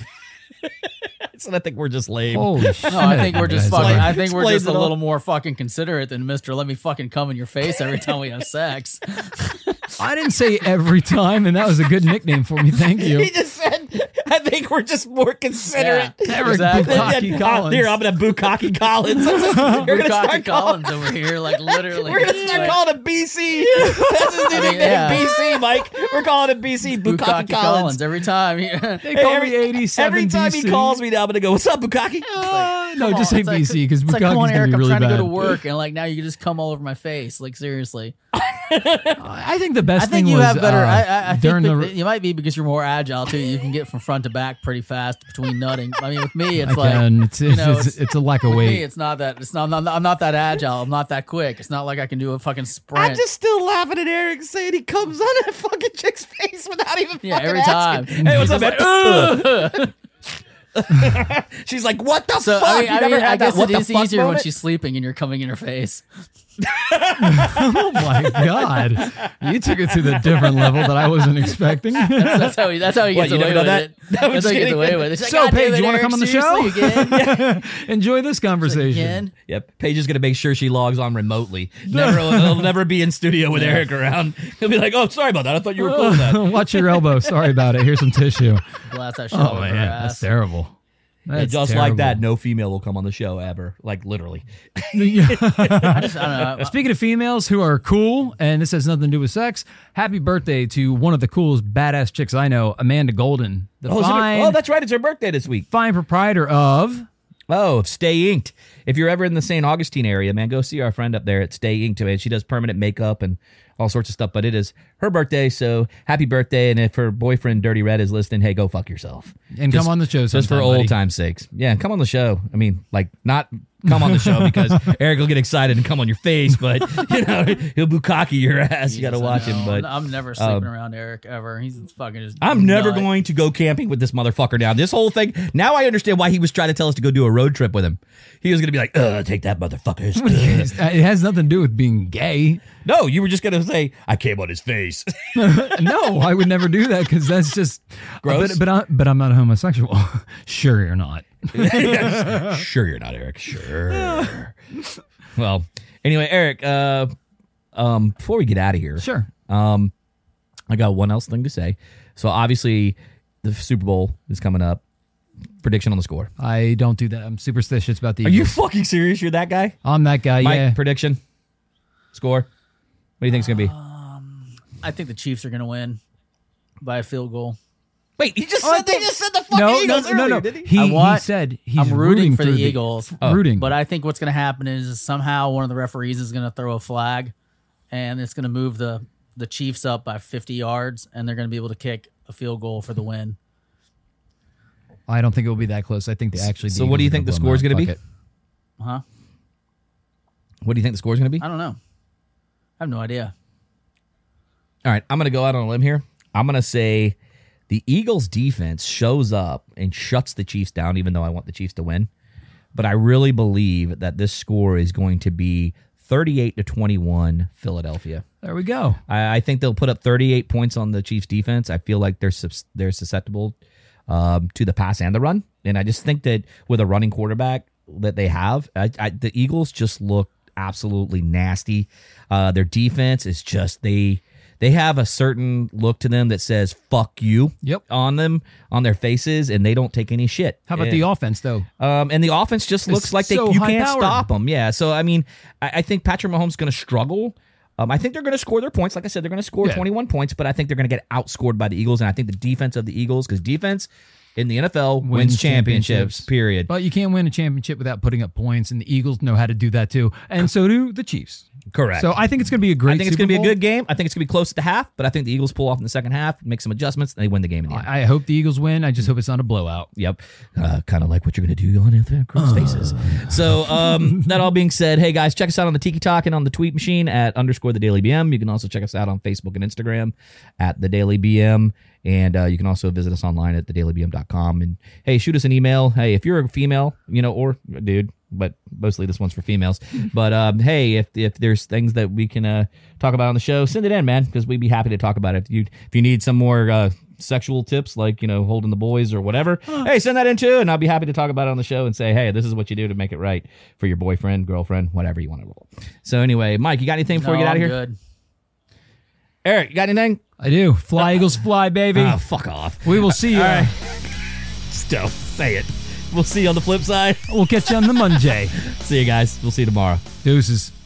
H: So I think we're just lame.
E: Oh,
G: Holy shit!
E: No, I think we're just
G: guys.
E: fucking.
H: like-
E: I think we're
H: explains
E: just
H: it
E: a
H: all.
E: little more fucking considerate than Mister. Let me fucking come in your face every time we have sex.
G: I didn't say every time, and that was a good nickname for me. Thank you.
H: He just said, "I think we're just more considerate."
G: Eric
E: exactly.
G: Bukkake
H: Uh,
G: Collins.
H: here, I'm gonna Bukaki Collins. You're gonna
E: Bukaki
H: start calling.
E: Collins over here, like literally.
H: We're gonna start
E: Like,
H: calling him BC. That's his new
E: mean,
H: nickname,
E: yeah.
H: BC. Mike, we're calling him BC. Bukaki,
E: Bukaki Collins.
H: Collins.
E: every time. He,
G: They
H: Hey,
G: call me 87
H: every time he
G: BC.
H: calls me now, I'm gonna go. What's up, Bukaki?
G: no, Oh, just say
E: It's like-
G: BC because
E: it's
G: Bukkake's
E: like, come on,
G: gonna
E: Eric.
G: be
E: I'm
G: really
E: trying
G: bad.
E: to go to work, and like now you can just come all over my face. Like seriously,
G: I think the best
E: I think
G: thing
E: you
G: was
E: have better.
G: uh,
E: I, I, I
G: during
E: think that
G: the.
E: you might be because you're more agile too. You can get from front to back pretty fast between nutting. I mean, with me, it's like
G: Again, um, it's,
E: you
G: it's,
E: know,
G: it's,
E: it's-
G: it's a lack of
E: With me,
G: weight.
E: it's not that. It's not. I'm not, I'm not that agile. I'm not that quick. It's not like I can do a fucking sprint.
H: I'm just still laughing at Eric saying he comes on a fucking chick's face without even
E: Yeah,
H: fucking
E: every
H: asking.
E: time.
H: Hey, what's up, man? Ugh. She's like, "What the
E: uh, so
H: fuck?"
E: I mean,
H: You
E: I,
H: never
E: mean,
H: had
E: I
H: that
E: guess
H: what
E: it
H: the
E: is
H: fuck
E: easier when
H: moment?
E: she's sleeping and you're coming in her face.
G: Oh my god, you took it to the different level that I wasn't expecting.
E: That's how he. That's how he
H: What,
E: gets
H: you
E: away
H: never
E: with
H: done
E: it.
H: that? No, I'm
E: that's how he
H: just
E: gets away
H: kidding.
E: with it. It's like,
G: So,
E: "God damn
G: Paige,
E: it,
G: you wanna
E: Eric,
G: come on the
E: seriously,
G: show?"
E: again?
G: Enjoy this conversation.
E: Again?
H: Yep. Paige is gonna make sure she logs on remotely. Never, he'll never be in studio with Eric around. He'll be like, "Oh, sorry about that. I thought you were cool with that."
G: Watch your elbow. Sorry about it. Here's some tissue.
E: Blast that shit
G: Oh
E: over her
G: man, that's
E: ass.
G: terrible. That's
H: And just
G: terrible.
H: like that, no female will come on the show ever. Like literally.
E: I just, I don't know.
G: Speaking of females who are cool, and this has nothing to do with sex, happy birthday to one of the coolest badass chicks I know, Amanda Golden. The
H: Oh, is it her-
G: fine,
H: oh, that's right. It's her birthday this week.
G: fine proprietor of
H: Oh, Stay Inked. if you're ever in the St. Augustine area, man, go see our friend up there at Stay Inked. Man, she does permanent makeup and all sorts of stuff. But it is her birthday, so happy birthday! And if her boyfriend Dirty Red is listening, hey, go fuck yourself.
G: And come on the show
H: just for
G: sometime,
H: old
G: buddy.
H: time's sakes. Yeah, come on the show. I mean, like not come on the show because Eric will get excited and come on your face, but you know he'll bukkake your ass. you got to watch him, but.
E: I'm never sleeping around Eric ever. He's fucking just.
H: I'm never
E: nut.
H: going to go camping with this motherfucker now. This whole thing, now I understand why he was trying to tell us to go do a road trip with him. He was going to be like, Ugh, take that motherfuckers. Ugh."
G: It's- it has nothing to do with being gay.
H: no, you were just going to say, I came on his face.
G: No, I would never do that because that's just
H: Gross.
G: But but, I, but I'm not a homosexual. sure, you're not.
H: sure, you're not Eric. Sure. well, anyway, Eric, uh, um, before we get out of here,
G: Sure.
H: Um, I got one else thing to say. So obviously, the Super Bowl is coming up. Prediction on the score.
G: I don't do that. I'm superstitious about the.
H: Are you
G: Eagles.
H: fucking serious? You're that guy,
G: I'm that guy.
H: Mike?
G: yeah.
H: Prediction, score. What do you think's gonna be?
E: Uh, I think the Chiefs are going to win by a field goal.
H: Wait, he just
E: I
H: said they
E: think-
H: just said the fucking Eagles earlier, didn't he?
G: He,
E: I want-
G: he said he's
E: I'm rooting, for the,
G: through
E: Eagles,
G: f- rooting,
E: but I think what's going to happen is somehow one of the referees is going to throw a flag, and it's going to move the the Chiefs up by 50 yards, and they're going to be able to kick a field goal for the win.
G: I don't think it will be that close. I think they actually.
H: So what do you think the score's
G: going to
H: gonna be?
E: Huh?
H: What do you think the score's gonna be?
E: I don't know. I have no idea.
H: All right, I'm gonna go out on a limb here. I'm gonna say the Eagles defense shows up and shuts the Chiefs down, even though I want the Chiefs to win. But I really believe that this score is going to be 38 to 21 Philadelphia.
G: There we go.
H: I, I think they'll put up 38 points on the Chiefs defense. I feel like they're sus- they're susceptible um, to the pass and the run, and I just think that with a running quarterback that they have, I, I, the Eagles just look absolutely nasty. Uh, their defense is just they they have a certain look to them that says "fuck you"
G: Yep.
H: on them on their faces, and they don't take any shit.
G: How about
H: And-
G: the offense though?
H: um, and the offense just looks like they,
G: so
H: you can't
G: high-powered.
H: stop them. Yeah. So I mean, I, I think Patrick Mahomes is going to struggle. Um, I think they're going to score their points. Like I said, they're going to score
G: Yeah.
H: 21 points, but I think they're going to get outscored by the Eagles. And I think the defense of the Eagles, because defense in the NFL wins, championships, Period.
G: But you can't win a championship without putting up points, and the Eagles know how to do that too, and so do the Chiefs.
H: Correct.
G: So I think it's going to be a great.
H: I think it's
G: Super
H: going to be a
G: Bowl.
H: good game. I think it's going to be close at the half, but I think the Eagles pull off in the second half, make some adjustments, and they win the game in the end.
G: Oh, I I hope the Eagles win. I just hope it's not a blowout.
H: Yep. Uh, kind of like what you're going to do on other girls' faces. So, um, that all being said, hey guys, check us out on the Tiki Talk and on the tweet machine at underscore the Daily BM. You can also check us out on Facebook and Instagram at the Daily BM. And uh, you can also visit us online at thedailybm.com. And hey, shoot us an email. Hey, if you're a female, you know, or a dude, but mostly this one's for females. But um, hey, if if there's things that we can uh, talk about on the show, send it in, man, because we'd be happy to talk about it. If you if you need some more uh, sexual tips, like you know holding the boys or whatever, hey, send that in too, and I'll be happy to talk about it on the show and say, hey, this is what you do to make it right for your boyfriend, girlfriend, whatever you want to roll. So anyway, Mike, you got anything before
E: No,
H: we get out
E: I'm
H: of here?
E: good.
H: Eric, you got anything?
G: I do. Fly Eagles, fly, baby.
H: Ah, fuck off.
G: we will see you.
H: Still, say it. We'll see you on the flip side.
G: We'll catch you on the Monday.
H: see you guys. We'll see you tomorrow.
G: Deuces.